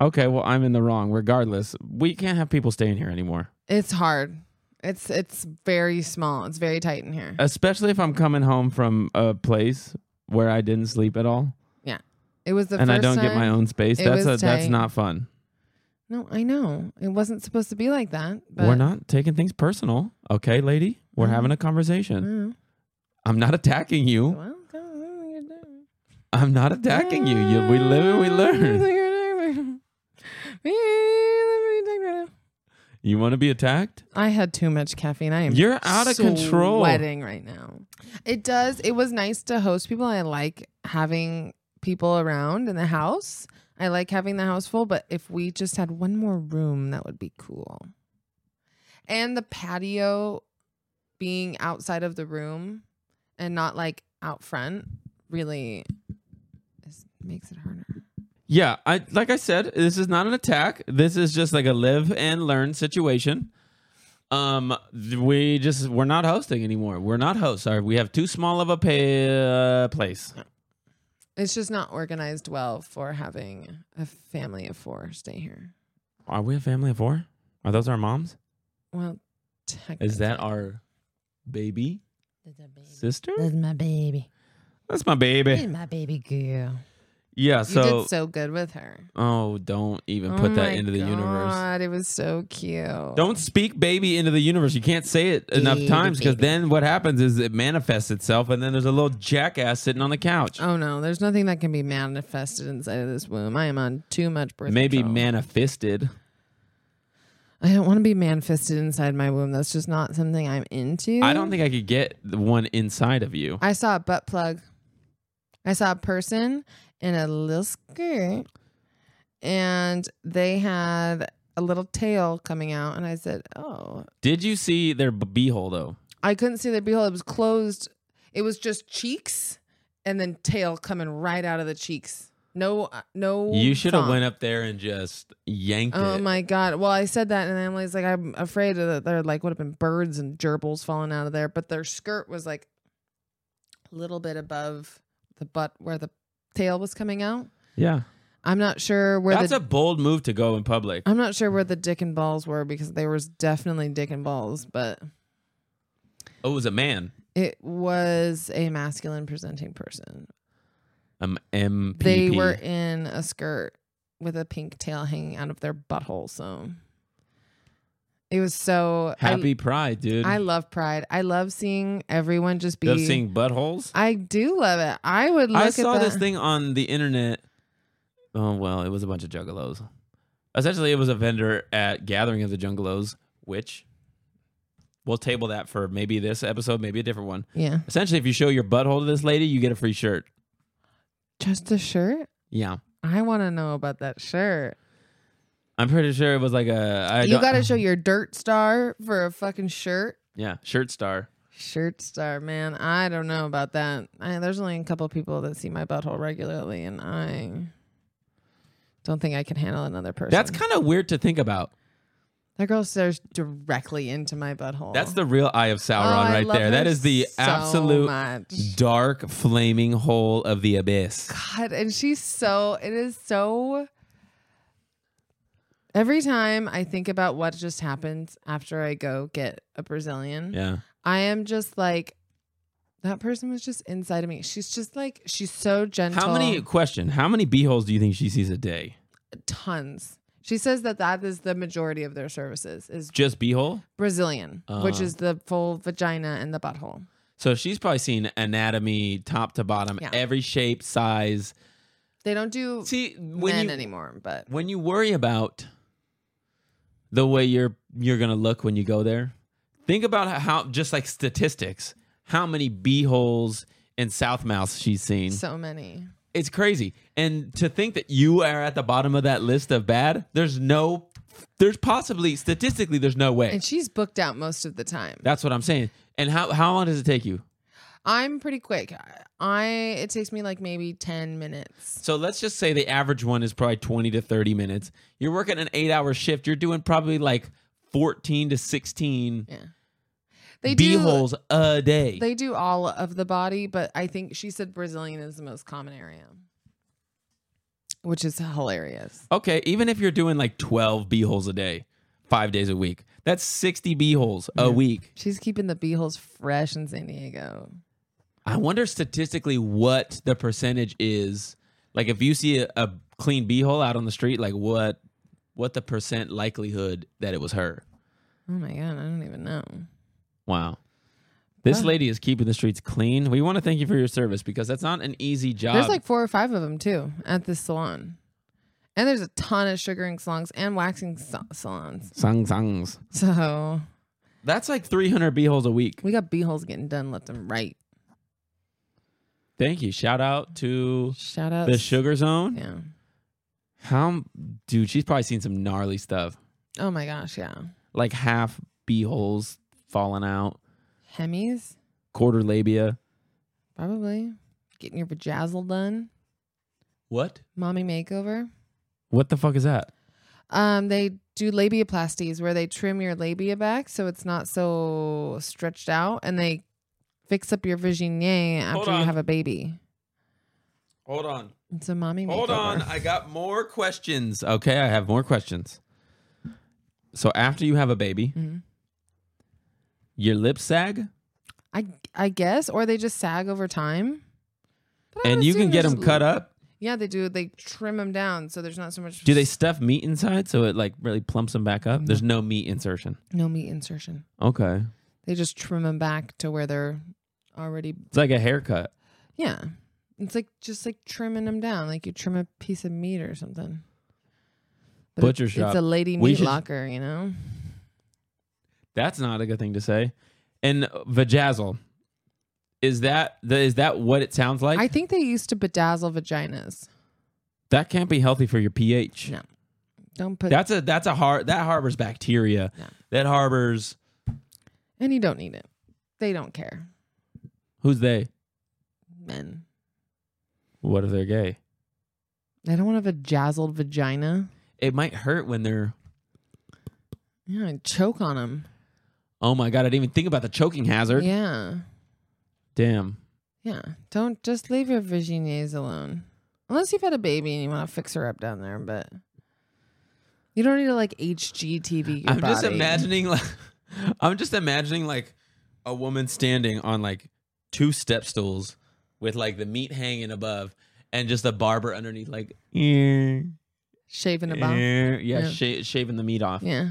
[SPEAKER 2] Okay, well, I'm in the wrong. Regardless, we can't have people staying here anymore,
[SPEAKER 1] it's hard. It's it's very small. It's very tight in here.
[SPEAKER 2] especially if I'm coming home from a place where I didn't sleep at all
[SPEAKER 1] It was the
[SPEAKER 2] and
[SPEAKER 1] first
[SPEAKER 2] I don't get my
[SPEAKER 1] time-
[SPEAKER 2] own space.
[SPEAKER 1] it
[SPEAKER 2] That's a,
[SPEAKER 1] was
[SPEAKER 2] that's
[SPEAKER 1] tight.
[SPEAKER 2] not fun.
[SPEAKER 1] No, I know it wasn't supposed to be like that. But
[SPEAKER 2] We're not taking things personal, okay, lady? We're
[SPEAKER 1] Mhm.
[SPEAKER 2] having a conversation.
[SPEAKER 1] Mm.
[SPEAKER 2] I'm not attacking you.
[SPEAKER 1] Well, go on, you're doing-
[SPEAKER 2] I'm not attacking you. you we live and we learn. You want to be attacked?
[SPEAKER 1] I had too much caffeine. I am.
[SPEAKER 2] You're out of control.
[SPEAKER 1] Sweating right now. It does. It was nice to host people. I like having people around in the house. I like having the house full. But if we just had one more room, that would be cool. And the patio being outside of the room and not like out front really is, makes it harder.
[SPEAKER 2] Yeah, I like I said, this is not an attack. This is just like a live and learn situation. Um, th- we just we're not hosting anymore. We're not hosts. Sorry, we have too small of a pa- uh, place.
[SPEAKER 1] It's just not organized well for having a family of four stay here.
[SPEAKER 2] Are we a family of four? Are those our moms?
[SPEAKER 1] Well, technically.
[SPEAKER 2] Is that our baby sister?
[SPEAKER 1] Mm.
[SPEAKER 3] That's my baby.
[SPEAKER 2] That's my baby.
[SPEAKER 3] That's my baby girl.
[SPEAKER 2] Yeah.
[SPEAKER 1] You
[SPEAKER 2] So
[SPEAKER 1] did so good with her.
[SPEAKER 2] oh, don't even put
[SPEAKER 1] Oh my
[SPEAKER 2] that into the universe.
[SPEAKER 1] God, it was so cute.
[SPEAKER 2] Don't speak baby into the universe. You can't say it enough
[SPEAKER 3] Baby,
[SPEAKER 2] times because
[SPEAKER 3] baby.
[SPEAKER 2] then what happens is it manifests itself, and then there's a little jackass sitting on the couch.
[SPEAKER 1] Oh no, there's nothing that can be manifested inside of this womb. I am on too much birth.
[SPEAKER 2] Maybe
[SPEAKER 1] control.
[SPEAKER 2] manifested.
[SPEAKER 1] I don't want to be man fisted inside my womb. That's just not something I'm into.
[SPEAKER 2] I don't think I could get the one inside of you.
[SPEAKER 1] I saw a butt plug. I saw a person in a little skirt and they had a little tail coming out. And I said, Oh,
[SPEAKER 2] Did you see their b- beehole though?
[SPEAKER 1] I couldn't see the beehole. It was closed. It was just cheeks and then tail coming right out of the cheeks. No, uh, no.
[SPEAKER 2] You should have
[SPEAKER 1] thong.
[SPEAKER 2] went up there and just yanked
[SPEAKER 1] Oh
[SPEAKER 2] it.
[SPEAKER 1] my god! Well, I said that, and Emily's like, "I'm afraid that there like would have been birds and gerbils falling out of there." But their skirt was like a little bit above the butt where the tail was coming out.
[SPEAKER 2] yeah,
[SPEAKER 1] I'm not sure where
[SPEAKER 2] that's
[SPEAKER 1] the
[SPEAKER 2] a bold move to go in public.
[SPEAKER 1] I'm not sure where the dick and balls were because there was definitely dick and balls, but
[SPEAKER 2] oh, it was a man.
[SPEAKER 1] it was a masculine presenting person.
[SPEAKER 2] Um, MPP.
[SPEAKER 1] They were in a skirt with a pink tail hanging out of their butthole, so it was so I-
[SPEAKER 2] happy pride, dude.
[SPEAKER 1] I love pride. I love seeing everyone just be.
[SPEAKER 2] love seeing buttholes.
[SPEAKER 1] I do love it. I would look
[SPEAKER 2] I
[SPEAKER 1] at
[SPEAKER 2] saw
[SPEAKER 1] that.
[SPEAKER 2] this thing on the internet. Oh well, it was a bunch of juggalos. Essentially, it was a vendor at Gathering of the Juggalos, which we'll table that for maybe this episode, maybe a different one.
[SPEAKER 1] Yeah,
[SPEAKER 2] Essentially, if you show your butthole to this lady, you get a free shirt.
[SPEAKER 1] just a shirt.
[SPEAKER 2] Yeah,
[SPEAKER 1] I want to know about that shirt.
[SPEAKER 2] I'm pretty sure it was like a. I
[SPEAKER 1] you
[SPEAKER 2] don't-
[SPEAKER 1] got to show your dirt star for a fucking shirt.
[SPEAKER 2] yeah shirt star.
[SPEAKER 1] Shirt star, man. I don't know about that. I, there's only a couple people that see my butthole regularly, and I don't think I can handle another person.
[SPEAKER 2] That's kind of weird to think about.
[SPEAKER 1] that girl stares directly into my butthole.
[SPEAKER 2] That's the real eye of
[SPEAKER 1] Oh,
[SPEAKER 2] Sauron
[SPEAKER 1] I
[SPEAKER 2] right
[SPEAKER 1] love
[SPEAKER 2] there.
[SPEAKER 1] her
[SPEAKER 2] That is the
[SPEAKER 1] so
[SPEAKER 2] absolute
[SPEAKER 1] much.
[SPEAKER 2] dark flaming hole of the abyss.
[SPEAKER 1] God, and she's so it is so every time I think about what just happened after I go get a Brazilian,
[SPEAKER 2] Yeah.
[SPEAKER 1] I am just like that person was just inside of me. She's just like she's so gentle.
[SPEAKER 2] How many question? How many beeholes do you think she sees a day?
[SPEAKER 1] tons? She says that that is the majority of their services is
[SPEAKER 2] Just beehole?
[SPEAKER 1] Brazilian, which
[SPEAKER 2] Uh-huh.
[SPEAKER 1] is the full vagina and the butthole.
[SPEAKER 2] So she's probably seen anatomy top to bottom,
[SPEAKER 1] Yeah.
[SPEAKER 2] every shape, size.
[SPEAKER 1] They don't do
[SPEAKER 2] See, when
[SPEAKER 1] men
[SPEAKER 2] you Mm-hmm.
[SPEAKER 1] anymore, but
[SPEAKER 2] when you worry about the way you're you're going to look when you go there, think about how just like statistics, how many beeholes and south mouths she's seen.
[SPEAKER 1] so many.
[SPEAKER 2] It's crazy. And to think that you are at the bottom of that list of bad, there's no, there's possibly, statistically, there's no way.
[SPEAKER 1] And she's booked out most of the time.
[SPEAKER 2] That's what I'm saying. And how, how long does it take you?
[SPEAKER 1] I'm pretty quick. I it takes me like maybe 10 minutes.
[SPEAKER 2] So let's just say the average one is probably 20 to 30 minutes. You're working an eight hour shift. You're doing probably like 14 to 16
[SPEAKER 1] Yeah. They
[SPEAKER 2] bee
[SPEAKER 1] do
[SPEAKER 2] holes a day.
[SPEAKER 1] they do all of the body, but I think she said Brazilian is the most common area. Which is hilarious.
[SPEAKER 2] okay, even if you're doing like 12 bee holes a day, five days a week, that's 60 bee holes a week.
[SPEAKER 1] She's keeping the beeholes fresh in San Diego.
[SPEAKER 2] I wonder statistically what the percentage is. Like if you see a, a clean beehole out on the street, like what what the percent likelihood that it was her?
[SPEAKER 1] Oh my god, I don't even know.
[SPEAKER 2] Wow. This
[SPEAKER 1] Huh.
[SPEAKER 2] lady is keeping the streets clean. We want to thank you for your service because that's not an easy job.
[SPEAKER 1] There's like four or five of them too at this salon. And there's a ton of sugaring salons and waxing sa- salons.
[SPEAKER 2] song songs.
[SPEAKER 1] So
[SPEAKER 2] That's like 300 beeholes a week.
[SPEAKER 1] we got beeholes getting done left and right.
[SPEAKER 2] Thank you. Shout out to
[SPEAKER 1] Shout out
[SPEAKER 2] the Sugar Zone.
[SPEAKER 1] Yeah.
[SPEAKER 2] How, dude, she's probably seen some gnarly stuff,
[SPEAKER 1] Oh my gosh, yeah.
[SPEAKER 2] like half beeholes falling out,
[SPEAKER 1] Hemis,
[SPEAKER 2] quarter labia.
[SPEAKER 1] probably. Getting your vajazzle done.
[SPEAKER 2] What?
[SPEAKER 1] Mommy makeover.
[SPEAKER 2] What the fuck is that?
[SPEAKER 1] Um, they do labiaplasties where they trim your labia back so it's not so stretched out and they fix up your vaginier
[SPEAKER 2] Hold
[SPEAKER 1] after you
[SPEAKER 2] on.
[SPEAKER 1] have a baby.
[SPEAKER 2] Hold on.
[SPEAKER 1] It's a mommy makeover.
[SPEAKER 2] Hold on, I got more questions. Okay, I have more questions. So after you have a baby,
[SPEAKER 1] Mhm.
[SPEAKER 2] your lips sag,
[SPEAKER 1] I I guess, or they just sag over time. But I
[SPEAKER 2] and
[SPEAKER 1] would
[SPEAKER 2] you
[SPEAKER 1] assume
[SPEAKER 2] can get
[SPEAKER 1] Oh, they're
[SPEAKER 2] them
[SPEAKER 1] just-
[SPEAKER 2] cut up.
[SPEAKER 1] Yeah, they do. They trim them down so there's not so much.
[SPEAKER 2] Do they stuff meat inside so it like really plumps them back up? There's no meat insertion.
[SPEAKER 1] no meat insertion?
[SPEAKER 2] Okay,
[SPEAKER 1] They just trim them back to where they're already
[SPEAKER 2] it's like a haircut.
[SPEAKER 1] Yeah. It's like just like trimming them down, like you trim a piece of meat or something. But
[SPEAKER 2] Butcher
[SPEAKER 1] it's,
[SPEAKER 2] shop.
[SPEAKER 1] It's a lady
[SPEAKER 2] We
[SPEAKER 1] meat
[SPEAKER 2] should-
[SPEAKER 1] locker, you know.
[SPEAKER 2] That's not a good thing to say. And vajazzle. Is that the, is that what it sounds like?
[SPEAKER 1] I think they used to bedazzle vaginas.
[SPEAKER 2] that can't be healthy for your pH.
[SPEAKER 1] No. Don't put
[SPEAKER 2] That's a that's a har that harbors bacteria.
[SPEAKER 1] No.
[SPEAKER 2] That harbors
[SPEAKER 1] and you don't need it. They don't care.
[SPEAKER 2] who's they?
[SPEAKER 1] Men.
[SPEAKER 2] What if they're gay?
[SPEAKER 1] They don't want to have a jazzled vagina.
[SPEAKER 2] It might hurt when they're
[SPEAKER 1] Yeah, I'd choke on them.
[SPEAKER 2] oh my god, I didn't even think about the choking hazard.
[SPEAKER 1] Yeah.
[SPEAKER 2] Damn.
[SPEAKER 1] Yeah. Don't just leave your vaginas alone. Unless you've had a baby and you want to fix her up down there, but you don't need to like HGTV. Your
[SPEAKER 2] I'm just
[SPEAKER 1] body.
[SPEAKER 2] imagining like I'm just imagining like a woman standing on like two step stools with like the meat hanging above and just a barber underneath like yeah,
[SPEAKER 1] shaving a bum.
[SPEAKER 2] Eh, yeah,
[SPEAKER 1] Yeah.
[SPEAKER 2] sha- shaving the meat off.
[SPEAKER 1] Yeah.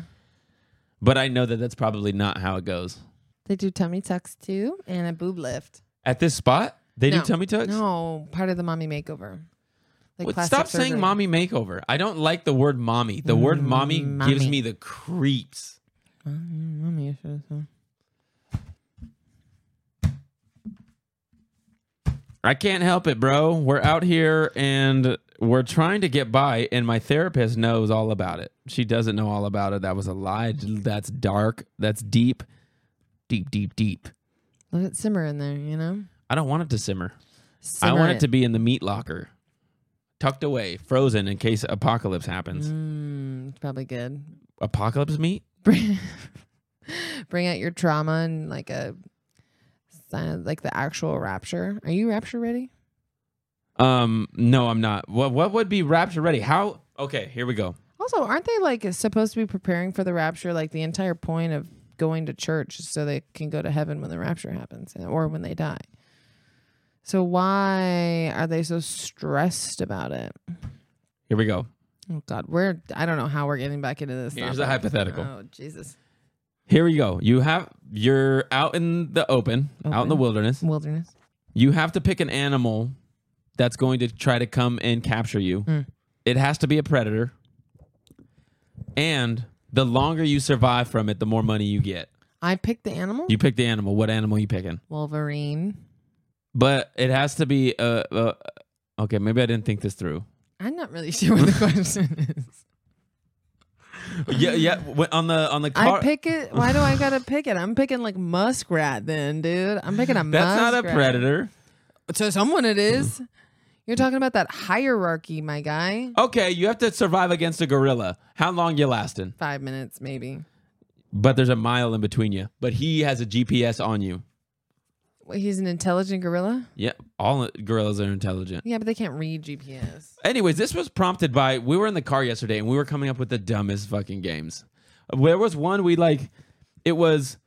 [SPEAKER 2] But I know that that's probably not how it goes.
[SPEAKER 1] They do tummy tucks too and a boob lift.
[SPEAKER 2] At this spot, they
[SPEAKER 1] No.
[SPEAKER 2] do tummy tucks.
[SPEAKER 1] No, part of the mommy makeover. Like
[SPEAKER 2] What-
[SPEAKER 1] plastic
[SPEAKER 2] Stop
[SPEAKER 1] surgery.
[SPEAKER 2] saying mommy makeover. I don't like the word mommy. The word mommy, gives
[SPEAKER 3] mommy.
[SPEAKER 2] me the creeps.
[SPEAKER 1] Mm, mommy issues, huh?
[SPEAKER 2] I can't help it, bro. We're out here and we're trying to get by, and my therapist knows all about it. She doesn't know all about it. That was a lie. That's dark. That's deep. Deep, deep, deep.
[SPEAKER 1] Let it simmer in there, you know?
[SPEAKER 2] I don't want it to simmer.
[SPEAKER 1] Simmer
[SPEAKER 2] I want it to be in the meat locker, tucked away, frozen in case apocalypse happens.
[SPEAKER 1] Mm, it's probably good.
[SPEAKER 2] Apocalypse meat?
[SPEAKER 1] Bring, bring out your trauma and like a sign of like the actual rapture. Are you rapture ready?
[SPEAKER 2] Um, no, I'm not. What what would be rapture ready? How? Okay, here we go.
[SPEAKER 1] Also, aren't they like supposed to be preparing for the rapture? Like the entire point of going to church is so they can go to heaven when the rapture happens or when they die. So why are they so stressed about it?
[SPEAKER 2] Here we go.
[SPEAKER 1] Oh God, we're I don't know how we're getting back into this.
[SPEAKER 2] Here's
[SPEAKER 1] topic.
[SPEAKER 2] a hypothetical.
[SPEAKER 1] Oh Jesus,
[SPEAKER 2] Here we go. You have you're out in the open, out in the
[SPEAKER 1] Open.
[SPEAKER 2] wilderness.
[SPEAKER 1] wilderness.
[SPEAKER 2] You have to pick an animal that's going to try to come and capture you.
[SPEAKER 1] Mm.
[SPEAKER 2] It has to be a predator. And the longer you survive from it, the more money you get.
[SPEAKER 1] I picked the animal.
[SPEAKER 2] You pick the animal. What animal you picking?
[SPEAKER 1] Wolverine.
[SPEAKER 2] But it has to be uh, uh okay, maybe I didn't think this through.
[SPEAKER 1] I'm not really sure what the question is.
[SPEAKER 2] yeah, yeah, wh- on the on the car
[SPEAKER 1] I pick it. Why do I gotta pick it? I'm picking like muskrat, then, dude. I'm picking a
[SPEAKER 2] That's
[SPEAKER 1] muskrat.
[SPEAKER 2] not a predator.
[SPEAKER 1] To someone, it is. You're talking about that hierarchy, my guy.
[SPEAKER 2] Okay, you have to survive against a gorilla. How long you lasting?
[SPEAKER 1] Five minutes, maybe.
[SPEAKER 2] But there's a mile in between you. But he has a GPS on you.
[SPEAKER 1] Wait, he's an intelligent gorilla.
[SPEAKER 2] Yeah, all gorillas are intelligent.
[SPEAKER 1] Yeah, but they can't read GPS.
[SPEAKER 2] Anyways, this was prompted by we were in the car yesterday and we were coming up with the dumbest fucking games. There was one we like it was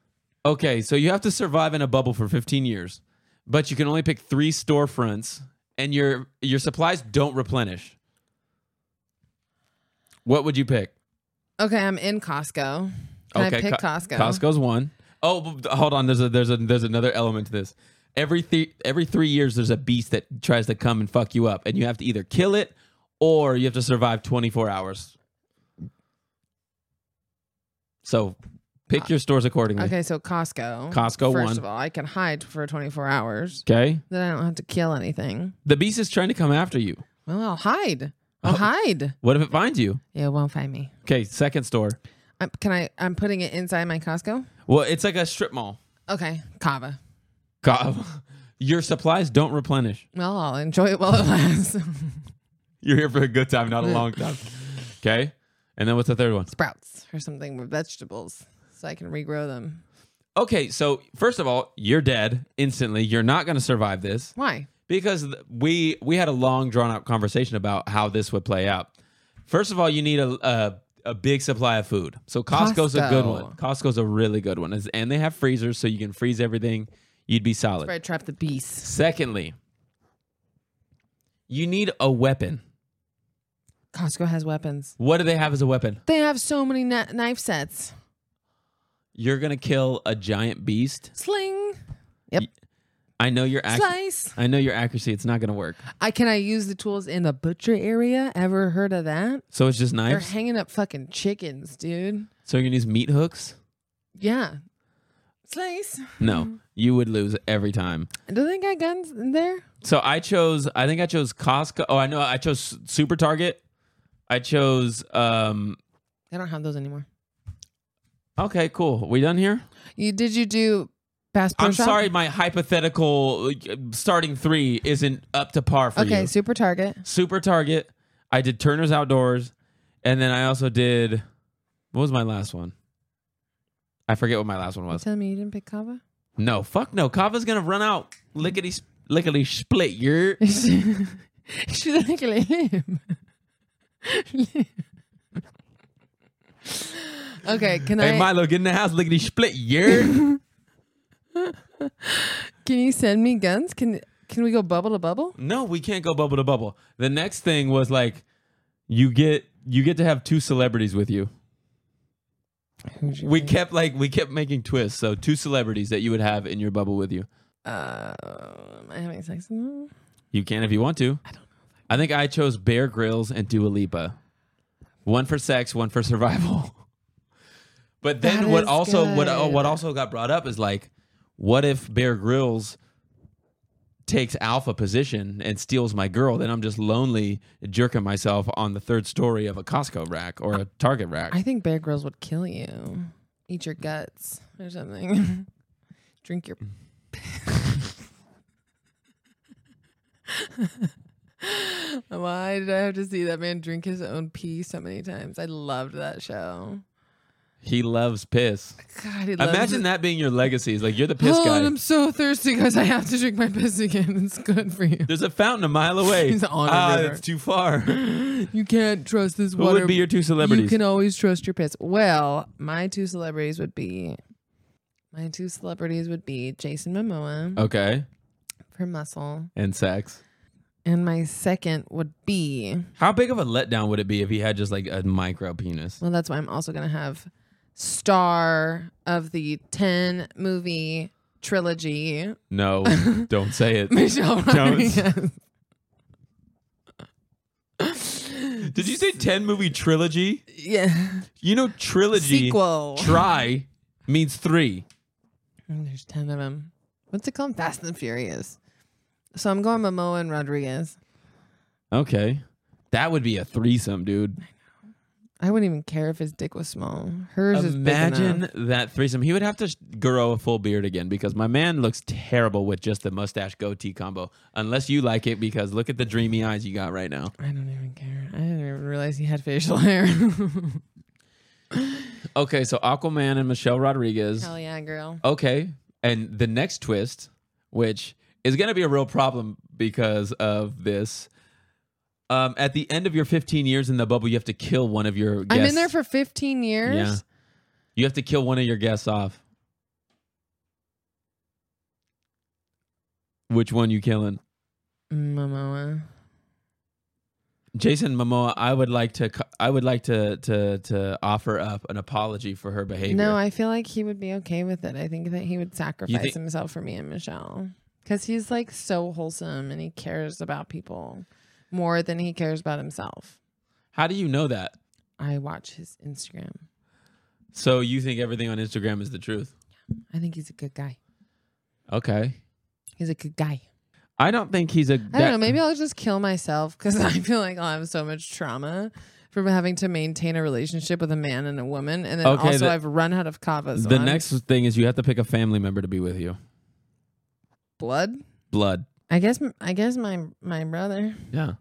[SPEAKER 2] okay, so you have to survive in a bubble for 15 years, but you can only pick 3 storefronts and your your supplies don't replenish. What would you pick?
[SPEAKER 1] Okay, I'm in Costco. Can I pick
[SPEAKER 2] Co-
[SPEAKER 1] Costco?
[SPEAKER 2] Costco's one. Oh, b- b- hold on. There's a there's a there's another element to this. Every th- every three years, there's a beast that tries to come and fuck you up, and you have to either kill it or you have to survive 24 hours. So, pick your stores accordingly.
[SPEAKER 1] Uh, Okay, so Costco.
[SPEAKER 2] Costco
[SPEAKER 1] First
[SPEAKER 2] one.
[SPEAKER 1] of all, I can hide for 24 hours.
[SPEAKER 2] okay.
[SPEAKER 1] Then I don't have to kill anything.
[SPEAKER 2] The beast is trying to come after you.
[SPEAKER 1] Well, I'll hide. I'll
[SPEAKER 2] Oh.
[SPEAKER 1] hide.
[SPEAKER 2] What if it finds you?
[SPEAKER 1] Yeah, it won't find me.
[SPEAKER 2] Okay, second store.
[SPEAKER 1] i can I? I'm putting it inside my Costco.
[SPEAKER 2] Well, it's like a strip mall.
[SPEAKER 1] Okay, Kava.
[SPEAKER 2] God, your supplies don't replenish.
[SPEAKER 1] Well, I'll enjoy it while it lasts.
[SPEAKER 2] You're here for a good time, not
[SPEAKER 1] Mm.
[SPEAKER 2] a long time. Okay. And then what's the third one?
[SPEAKER 1] Sprouts or something with vegetables, so I can regrow them.
[SPEAKER 2] Okay, so first of all, you're dead instantly. You're not going to survive this
[SPEAKER 1] Why?
[SPEAKER 2] because th- we we had a long drawn out conversation about how this would play out. First of all, you need a a, a big supply of food. So Costco's a good one.
[SPEAKER 1] Costco.
[SPEAKER 2] Costco's a really good one. It's- And they have freezers so you can freeze everything. You'd be solid.
[SPEAKER 1] Where I trap the beast.
[SPEAKER 2] Secondly, you need a weapon.
[SPEAKER 1] Costco has weapons.
[SPEAKER 2] What do they have as a weapon?
[SPEAKER 1] They have so many kni- knife sets.
[SPEAKER 2] You're going to kill a giant beast.
[SPEAKER 1] Sling,
[SPEAKER 2] I know you're actually
[SPEAKER 1] slice.
[SPEAKER 2] I know your accuracy. It's not going to work.
[SPEAKER 1] I can I use the tools in the butcher area? Ever heard of that?
[SPEAKER 2] So it's just
[SPEAKER 1] They're
[SPEAKER 2] knives.
[SPEAKER 1] hanging up fucking chickens, dude.
[SPEAKER 2] so you're going to use meat hooks.
[SPEAKER 1] Yeah. Slice.
[SPEAKER 2] No, you would lose every time.
[SPEAKER 1] Do they got guns in there?
[SPEAKER 2] So I chose. I think I chose Costco. Oh, I know. I chose Super Target. I chose. um
[SPEAKER 1] They don't have those anymore.
[SPEAKER 2] Okay, cool. We done here?
[SPEAKER 1] You did you do passport?
[SPEAKER 2] I'm
[SPEAKER 1] shop?
[SPEAKER 2] sorry, my hypothetical uh, starting three isn't up to par for
[SPEAKER 1] Okay,
[SPEAKER 2] you.
[SPEAKER 1] Super Target.
[SPEAKER 2] Super Target. I did Turner's Outdoors, and then I also did. What was my last one? I forget what my last one
[SPEAKER 1] You
[SPEAKER 2] was.
[SPEAKER 1] tell me you didn't pick Kava.
[SPEAKER 2] No, fuck no. Kava's gonna run out. Lickety sp- lickety split. You're
[SPEAKER 1] She's like "Lim." Lim. okay, can
[SPEAKER 2] hey
[SPEAKER 1] I?
[SPEAKER 2] Milo, get in the house. Lickety split. You're
[SPEAKER 1] can you send me guns? Can Can we go bubble to bubble?
[SPEAKER 2] no, we can't go bubble to bubble. The next thing was like, you get you get to have two celebrities with you. We kept like we kept making twists. So two celebrities that you would have in your bubble with you.
[SPEAKER 1] Uh, am I having sex with them?
[SPEAKER 2] You can if you want to. I don't know. I think I chose Bear Grylls and Dua Lipa. One for sex, one for survival. but then
[SPEAKER 1] That
[SPEAKER 2] what
[SPEAKER 1] is
[SPEAKER 2] also what uh,
[SPEAKER 1] good.
[SPEAKER 2] what also got brought up is like, what if Bear Grylls takes alpha position and steals my girl? Then I'm just lonely, jerking myself on the third story of a Costco rack or a Target rack.
[SPEAKER 1] I think Bear Grylls would kill you. Eat your guts or something. Drink your. Why did I have to see that man drink his own pee so many times? I loved that show.
[SPEAKER 2] he loves piss.
[SPEAKER 1] God, he loves
[SPEAKER 2] Imagine
[SPEAKER 1] it.
[SPEAKER 2] that being your legacy. Is like you're the piss
[SPEAKER 1] Hold on,
[SPEAKER 2] guy.
[SPEAKER 1] I'm so thirsty because I have to drink my piss again. It's good for you.
[SPEAKER 2] There's a fountain a mile away.
[SPEAKER 1] He's on a
[SPEAKER 2] ah,
[SPEAKER 1] river.
[SPEAKER 2] it's too far. Who
[SPEAKER 1] You can't trust this water.
[SPEAKER 2] would be your two celebrities?
[SPEAKER 1] You can always trust your piss. Well, my two celebrities would be my two celebrities would be Jason Momoa
[SPEAKER 2] Okay.
[SPEAKER 1] for Muscle,
[SPEAKER 2] And sex.
[SPEAKER 1] and my second would be
[SPEAKER 2] How big of a letdown would it be if he had just like a micro penis?
[SPEAKER 1] well. That's why I'm also gonna have star of the ten movie trilogy,
[SPEAKER 2] No, don't say it.
[SPEAKER 1] Michelle
[SPEAKER 2] Jones.
[SPEAKER 1] Rodriguez.
[SPEAKER 2] Did you say 10 movie trilogy?
[SPEAKER 1] Yeah,
[SPEAKER 2] You know, trilogy,
[SPEAKER 1] sequel.
[SPEAKER 2] try means three.
[SPEAKER 1] Mm, There's ten of them. What's it called? Fast and Furious. So I'm going Momoa and Rodriguez.
[SPEAKER 2] Okay. That would be a threesome, dude.
[SPEAKER 1] I wouldn't even care if his dick was small. Hers is big enough.
[SPEAKER 2] Imagine that threesome. He would have to sh- grow a full beard again because my man looks terrible with just the mustache goatee combo. Unless you like it because look at the dreamy eyes you got right now.
[SPEAKER 1] I don't even care. I didn't even realize he had facial hair.
[SPEAKER 2] Okay, so Aquaman and Michelle Rodriguez.
[SPEAKER 1] Hell yeah, girl.
[SPEAKER 2] Okay. And the next twist, which is going to be a real problem because of this. Um, at the end of your 15 years in the bubble, you have to kill one of your guests.
[SPEAKER 1] I'm in there for 15 years.
[SPEAKER 2] Yeah. You have to kill one of your guests off. Which one you killing?
[SPEAKER 1] Momoa.
[SPEAKER 2] Jason Momoa, I would like to co- I would like to to to offer up an apology for her behavior.
[SPEAKER 1] No, I feel like he would be okay with it. I think that he would sacrifice
[SPEAKER 2] think-
[SPEAKER 1] himself for me and Michelle because he's like so wholesome and he cares about people more than he cares about himself.
[SPEAKER 2] How do you know that?
[SPEAKER 1] I watch his Instagram.
[SPEAKER 2] So you think everything on Instagram is the truth?
[SPEAKER 1] I think he's a good guy.
[SPEAKER 2] Okay.
[SPEAKER 1] He's a good guy.
[SPEAKER 2] I don't think he's a
[SPEAKER 1] I don't know. Maybe I'll just kill myself because I feel like I'll have so much trauma from having to maintain a relationship with a man and a woman, and then
[SPEAKER 2] Okay,
[SPEAKER 1] also
[SPEAKER 2] the-
[SPEAKER 1] I've run out of kava. so
[SPEAKER 2] the
[SPEAKER 1] I'm
[SPEAKER 2] next thing is you have to pick a family member to be with you.
[SPEAKER 1] blood.
[SPEAKER 2] Blood.
[SPEAKER 1] I guess. I guess my my brother.
[SPEAKER 2] Yeah.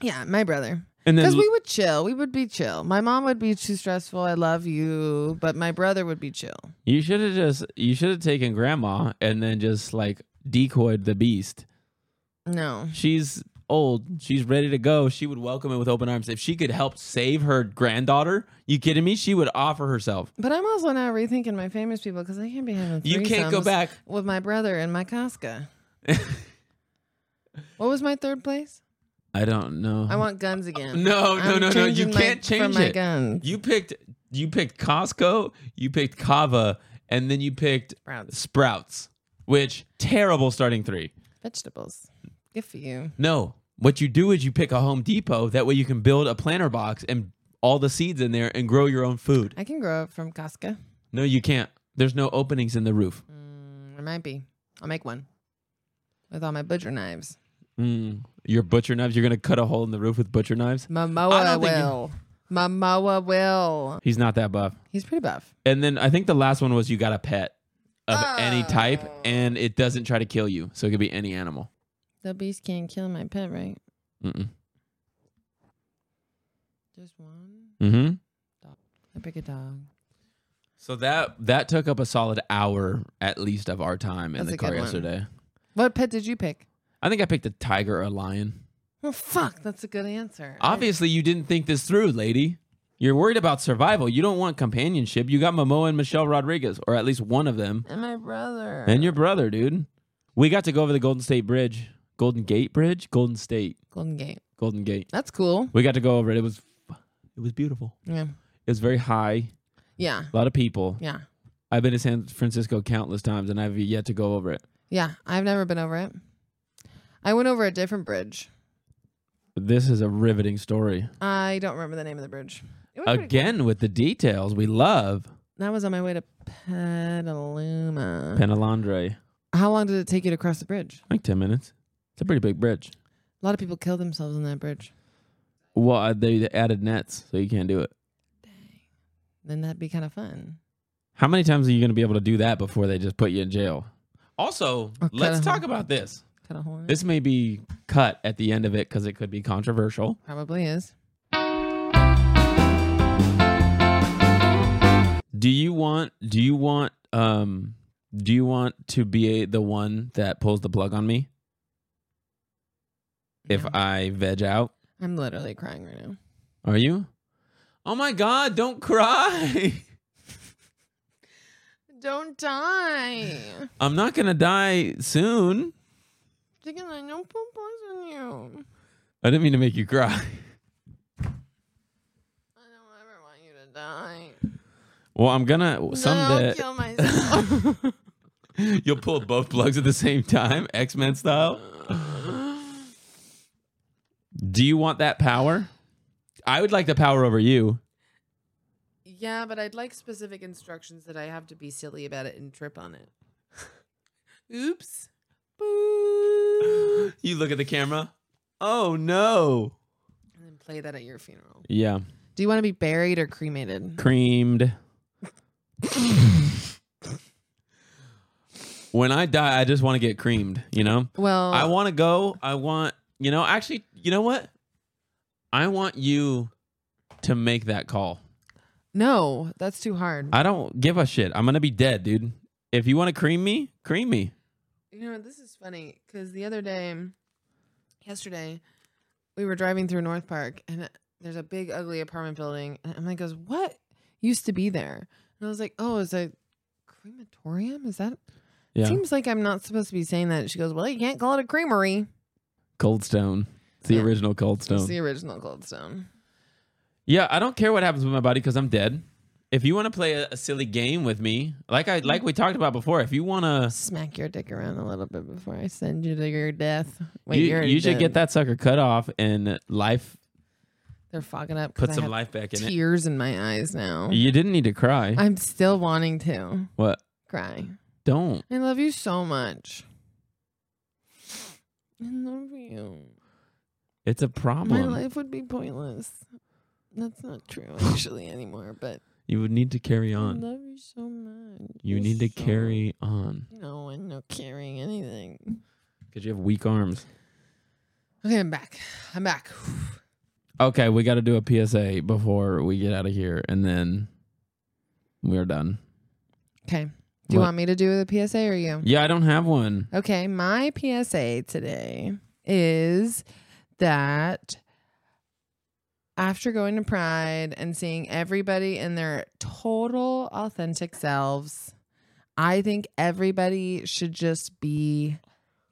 [SPEAKER 1] Yeah, my brother.
[SPEAKER 2] And then
[SPEAKER 1] Because we would chill. We would be chill. My mom would be too stressful. I love you, but my brother would be chill.
[SPEAKER 2] you should have just you should have taken grandma and then just like decoyed the beast.
[SPEAKER 1] No.
[SPEAKER 2] She's old. She's ready to go. She would welcome it with open arms. If she could help save her granddaughter, you kidding me? She would offer herself.
[SPEAKER 1] But I'm also now rethinking my famous people because I can't be having
[SPEAKER 2] You can't go
[SPEAKER 1] threesomes
[SPEAKER 2] back.
[SPEAKER 1] with my brother and my Casca. what was my third place?
[SPEAKER 2] I don't know.
[SPEAKER 1] I want guns again.
[SPEAKER 2] no, no,
[SPEAKER 1] I'm
[SPEAKER 2] no, no. You
[SPEAKER 1] changing my-
[SPEAKER 2] can't
[SPEAKER 1] from
[SPEAKER 2] change
[SPEAKER 1] my
[SPEAKER 2] it.
[SPEAKER 1] guns.
[SPEAKER 2] You picked you picked Costco, you picked Kava, and then you picked
[SPEAKER 1] Sprouts.
[SPEAKER 2] Sprouts, which terrible starting three.
[SPEAKER 1] Vegetables. Good for you.
[SPEAKER 2] No. What you do is you pick a Home Depot. That way you can build a planter box and all the seeds in there and grow your own food.
[SPEAKER 1] I can grow it from Costco.
[SPEAKER 2] No, you can't. There's no openings in the roof.
[SPEAKER 1] Mm, it might be. I'll make one with all my butcher knives.
[SPEAKER 2] Mm. Your butcher knives. You're gonna cut a hole in the roof with butcher knives.
[SPEAKER 1] Momoa
[SPEAKER 2] think you-
[SPEAKER 1] will. Momoa will.
[SPEAKER 2] He's not that buff.
[SPEAKER 1] He's pretty buff.
[SPEAKER 2] And then I think the last one was you got a pet of any type,
[SPEAKER 1] Oh.
[SPEAKER 2] and it doesn't try to kill you, so it could be any animal.
[SPEAKER 1] The beast can't kill my pet, right?
[SPEAKER 2] Mm-mm.
[SPEAKER 1] Just one.
[SPEAKER 2] Mm-hmm.
[SPEAKER 1] I pick a dog.
[SPEAKER 2] So that that took up a solid hour at least of our time in
[SPEAKER 1] That's
[SPEAKER 2] the
[SPEAKER 1] a good
[SPEAKER 2] car
[SPEAKER 1] one.
[SPEAKER 2] yesterday.
[SPEAKER 1] What pet did you pick?
[SPEAKER 2] I think I picked a tiger or a lion.
[SPEAKER 1] Well, fuck. That's a good answer.
[SPEAKER 2] Obviously, you didn't think this through, lady. You're worried about survival. You don't want companionship. You got Momoa and Michelle Rodriguez, or at least one of them,
[SPEAKER 1] And my brother.
[SPEAKER 2] and your brother, dude. We got to go over the Golden State Bridge, Golden Gate Bridge, Golden State,
[SPEAKER 1] Golden Gate.
[SPEAKER 2] Golden Gate.
[SPEAKER 1] That's cool.
[SPEAKER 2] We got to go over it. It was, it was beautiful.
[SPEAKER 1] Yeah.
[SPEAKER 2] It was very high.
[SPEAKER 1] Yeah.
[SPEAKER 2] A lot of people.
[SPEAKER 1] Yeah.
[SPEAKER 2] I've been to San Francisco countless times, and I've yet to go over it.
[SPEAKER 1] Yeah. I've never been over it. I went over a different bridge.
[SPEAKER 2] This is a riveting story.
[SPEAKER 1] I don't remember the name of the bridge. It was pretty
[SPEAKER 2] again with the details we love
[SPEAKER 1] That was on my way to Petaluma.
[SPEAKER 2] Penalandre.
[SPEAKER 1] How long did it take you to cross the bridge?
[SPEAKER 2] Like 10 minutes. It's a pretty big bridge.
[SPEAKER 1] A lot of people kill themselves on that bridge.
[SPEAKER 2] Well, uh, they added nets, so you can't do it.
[SPEAKER 1] Then that'd be kind of fun.
[SPEAKER 2] How many times are you going to be able to do that before they just put you in jail? Also,
[SPEAKER 1] Or
[SPEAKER 2] let's
[SPEAKER 1] cut a-
[SPEAKER 2] talk about this.
[SPEAKER 1] Cut a horn.
[SPEAKER 2] This may be cut at the end of it because it could be controversial.
[SPEAKER 1] probably is.
[SPEAKER 2] Do you want? Do you want? Um, do you want to be a, the one that pulls the plug on me if
[SPEAKER 1] No.
[SPEAKER 2] I veg out?
[SPEAKER 1] I'm literally crying right now.
[SPEAKER 2] Are you? Oh my God! Don't cry.
[SPEAKER 1] Don't die.
[SPEAKER 2] I'm not gonna die soon.
[SPEAKER 1] Chicken, I don't put poison you.
[SPEAKER 2] I didn't mean to make you cry.
[SPEAKER 1] I don't ever want you to die.
[SPEAKER 2] Well, I'm gonna someday
[SPEAKER 1] I'll kill myself.
[SPEAKER 2] you'll pull both plugs at the same time, X Men style. Do you want that power? I would like the power over you.
[SPEAKER 1] yeah, but I'd like specific instructions that I have to be silly about it and trip on it. Oops.
[SPEAKER 2] You look at the camera. Oh no.
[SPEAKER 1] And then play that at your funeral.
[SPEAKER 2] Yeah,
[SPEAKER 1] Do you want to be buried or cremated?
[SPEAKER 2] creamed. when I die, I just want to get creamed. You know.
[SPEAKER 1] Well,
[SPEAKER 2] I want to go. I want, you know, actually, you know what? I want you to make that call.
[SPEAKER 1] no, that's too hard.
[SPEAKER 2] I don't give a shit. I'm going to be dead, dude. If you want to cream me, cream me.
[SPEAKER 1] you know, this is funny because the other day, yesterday, we were driving through North Park and there's a big, ugly apartment building. And Emily goes, What used to be there? And I was like, Oh, it's a crematorium? Is that?
[SPEAKER 2] Yeah.
[SPEAKER 1] Seems like I'm not supposed to be saying that. She goes, Well, you can't call it a creamery.
[SPEAKER 2] Cold Stone. It's the
[SPEAKER 1] Yeah.
[SPEAKER 2] original Cold
[SPEAKER 1] It's
[SPEAKER 2] Stone.
[SPEAKER 1] the original Goldstone.
[SPEAKER 2] yeah, I don't care what happens with my body because I'm dead. If you want to play a, a silly game with me, like I like we talked about before, if you want to,
[SPEAKER 1] Smack your dick around a little bit before I send you to your death. Wait,
[SPEAKER 2] you,
[SPEAKER 1] you're
[SPEAKER 2] you should
[SPEAKER 1] dead.
[SPEAKER 2] get that sucker cut off and life
[SPEAKER 1] They're fogging up. 'cause
[SPEAKER 2] put
[SPEAKER 1] I
[SPEAKER 2] some
[SPEAKER 1] had
[SPEAKER 2] life back in it.
[SPEAKER 1] tears in my eyes now.
[SPEAKER 2] You didn't need to cry.
[SPEAKER 1] I'm still wanting to
[SPEAKER 2] what?
[SPEAKER 1] cry.
[SPEAKER 2] Don't.
[SPEAKER 1] I love you so much. I love you.
[SPEAKER 2] It's a
[SPEAKER 1] My
[SPEAKER 2] problem.
[SPEAKER 1] life would be pointless. That's not true actually anymore, but
[SPEAKER 2] You would need to carry
[SPEAKER 1] I
[SPEAKER 2] on.
[SPEAKER 1] love you so much.
[SPEAKER 2] You
[SPEAKER 1] You're
[SPEAKER 2] need to
[SPEAKER 1] so-
[SPEAKER 2] carry on
[SPEAKER 1] No, I'm not carrying anything.
[SPEAKER 2] because you have weak arms.
[SPEAKER 1] Okay, I'm back. I'm back.
[SPEAKER 2] Okay, we got to do a PSA before we get out of here, and then we're done.
[SPEAKER 1] Okay. Do you
[SPEAKER 2] What?
[SPEAKER 1] want me to do the PSA or you?
[SPEAKER 2] Yeah, I don't have one.
[SPEAKER 1] Okay, my PSA today is that after going to Pride and seeing everybody in their total authentic selves, I think everybody should just be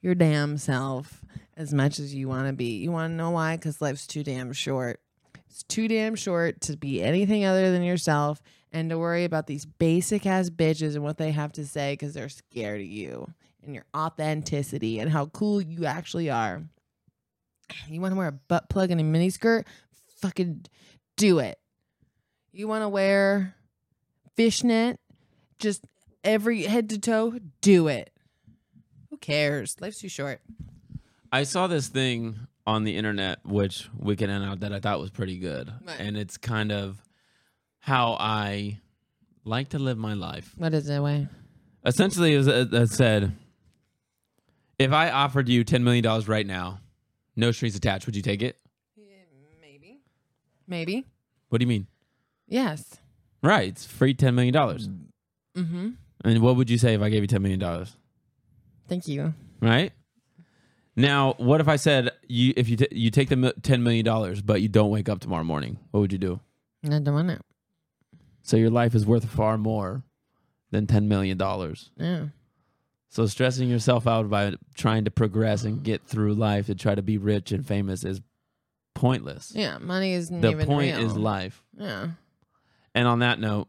[SPEAKER 1] your damn self as much as you want to be. You want to know why? Because life's too damn short. It's too damn short to be anything other than yourself and to worry about these basic ass bitches and what they have to say because they're scared of you and your authenticity and how cool you actually are. You want to wear a butt plug and a mini skirt? Fucking do it. You want to wear fishnet just every head to toe, do it. Who cares? Life's too short.
[SPEAKER 2] I saw this thing on the internet, which we can end out that I thought was pretty good,
[SPEAKER 1] Right.
[SPEAKER 2] and it's kind of how I like to live my life.
[SPEAKER 1] What is it, Wayne?
[SPEAKER 2] Essentially, it, was, it it said, "If I offered you ten million dollars right now, no strings attached, would you take it?"
[SPEAKER 1] maybe. Maybe.
[SPEAKER 2] What do you mean?
[SPEAKER 1] Yes.
[SPEAKER 2] Right, it's free ten million dollars.
[SPEAKER 1] Mm-hmm.
[SPEAKER 2] And what would you say if I gave you ten million dollars?
[SPEAKER 1] Thank you.
[SPEAKER 2] Right. Now, what if I said you if you t- you take the mi- ten million dollars, but you don't wake up tomorrow morning? What would you do?
[SPEAKER 1] I don't want it.
[SPEAKER 2] So your life is worth far more than ten million dollars.
[SPEAKER 1] Yeah.
[SPEAKER 2] So stressing yourself out by trying to progress and get through life to try to be rich and famous is pointless.
[SPEAKER 1] Yeah. Money isn't
[SPEAKER 2] the
[SPEAKER 1] even
[SPEAKER 2] point
[SPEAKER 1] real.
[SPEAKER 2] is life.
[SPEAKER 1] Yeah.
[SPEAKER 2] And on that note,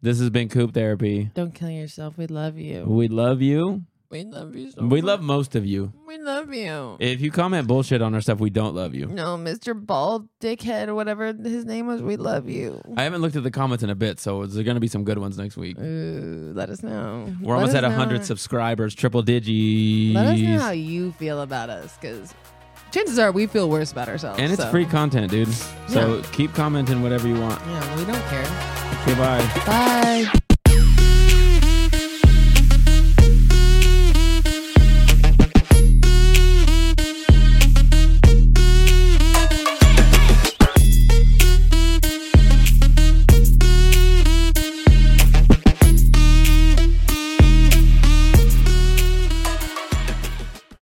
[SPEAKER 2] this has been Coop Therapy.
[SPEAKER 1] Don't kill yourself. We love you.
[SPEAKER 2] We love you.
[SPEAKER 1] We love you so
[SPEAKER 2] We love
[SPEAKER 1] much.
[SPEAKER 2] most of you.
[SPEAKER 1] We love you.
[SPEAKER 2] If you comment bullshit on our stuff, we don't love you.
[SPEAKER 1] No, Mr. Bald Dickhead or whatever his name was, we love you.
[SPEAKER 2] I haven't looked at the comments in a bit, so there's going to be some good ones next week.
[SPEAKER 1] Ooh, let us know.
[SPEAKER 2] We're
[SPEAKER 1] Let
[SPEAKER 2] almost
[SPEAKER 1] us
[SPEAKER 2] at
[SPEAKER 1] know
[SPEAKER 2] 100
[SPEAKER 1] how-
[SPEAKER 2] subscribers, triple digits.
[SPEAKER 1] Let us know how you feel about us, because chances are we feel worse about ourselves.
[SPEAKER 2] and it's
[SPEAKER 1] so-
[SPEAKER 2] free content, dude. So keep commenting whatever you want.
[SPEAKER 1] Yeah, we don't care.
[SPEAKER 2] Okay, bye.
[SPEAKER 1] Bye.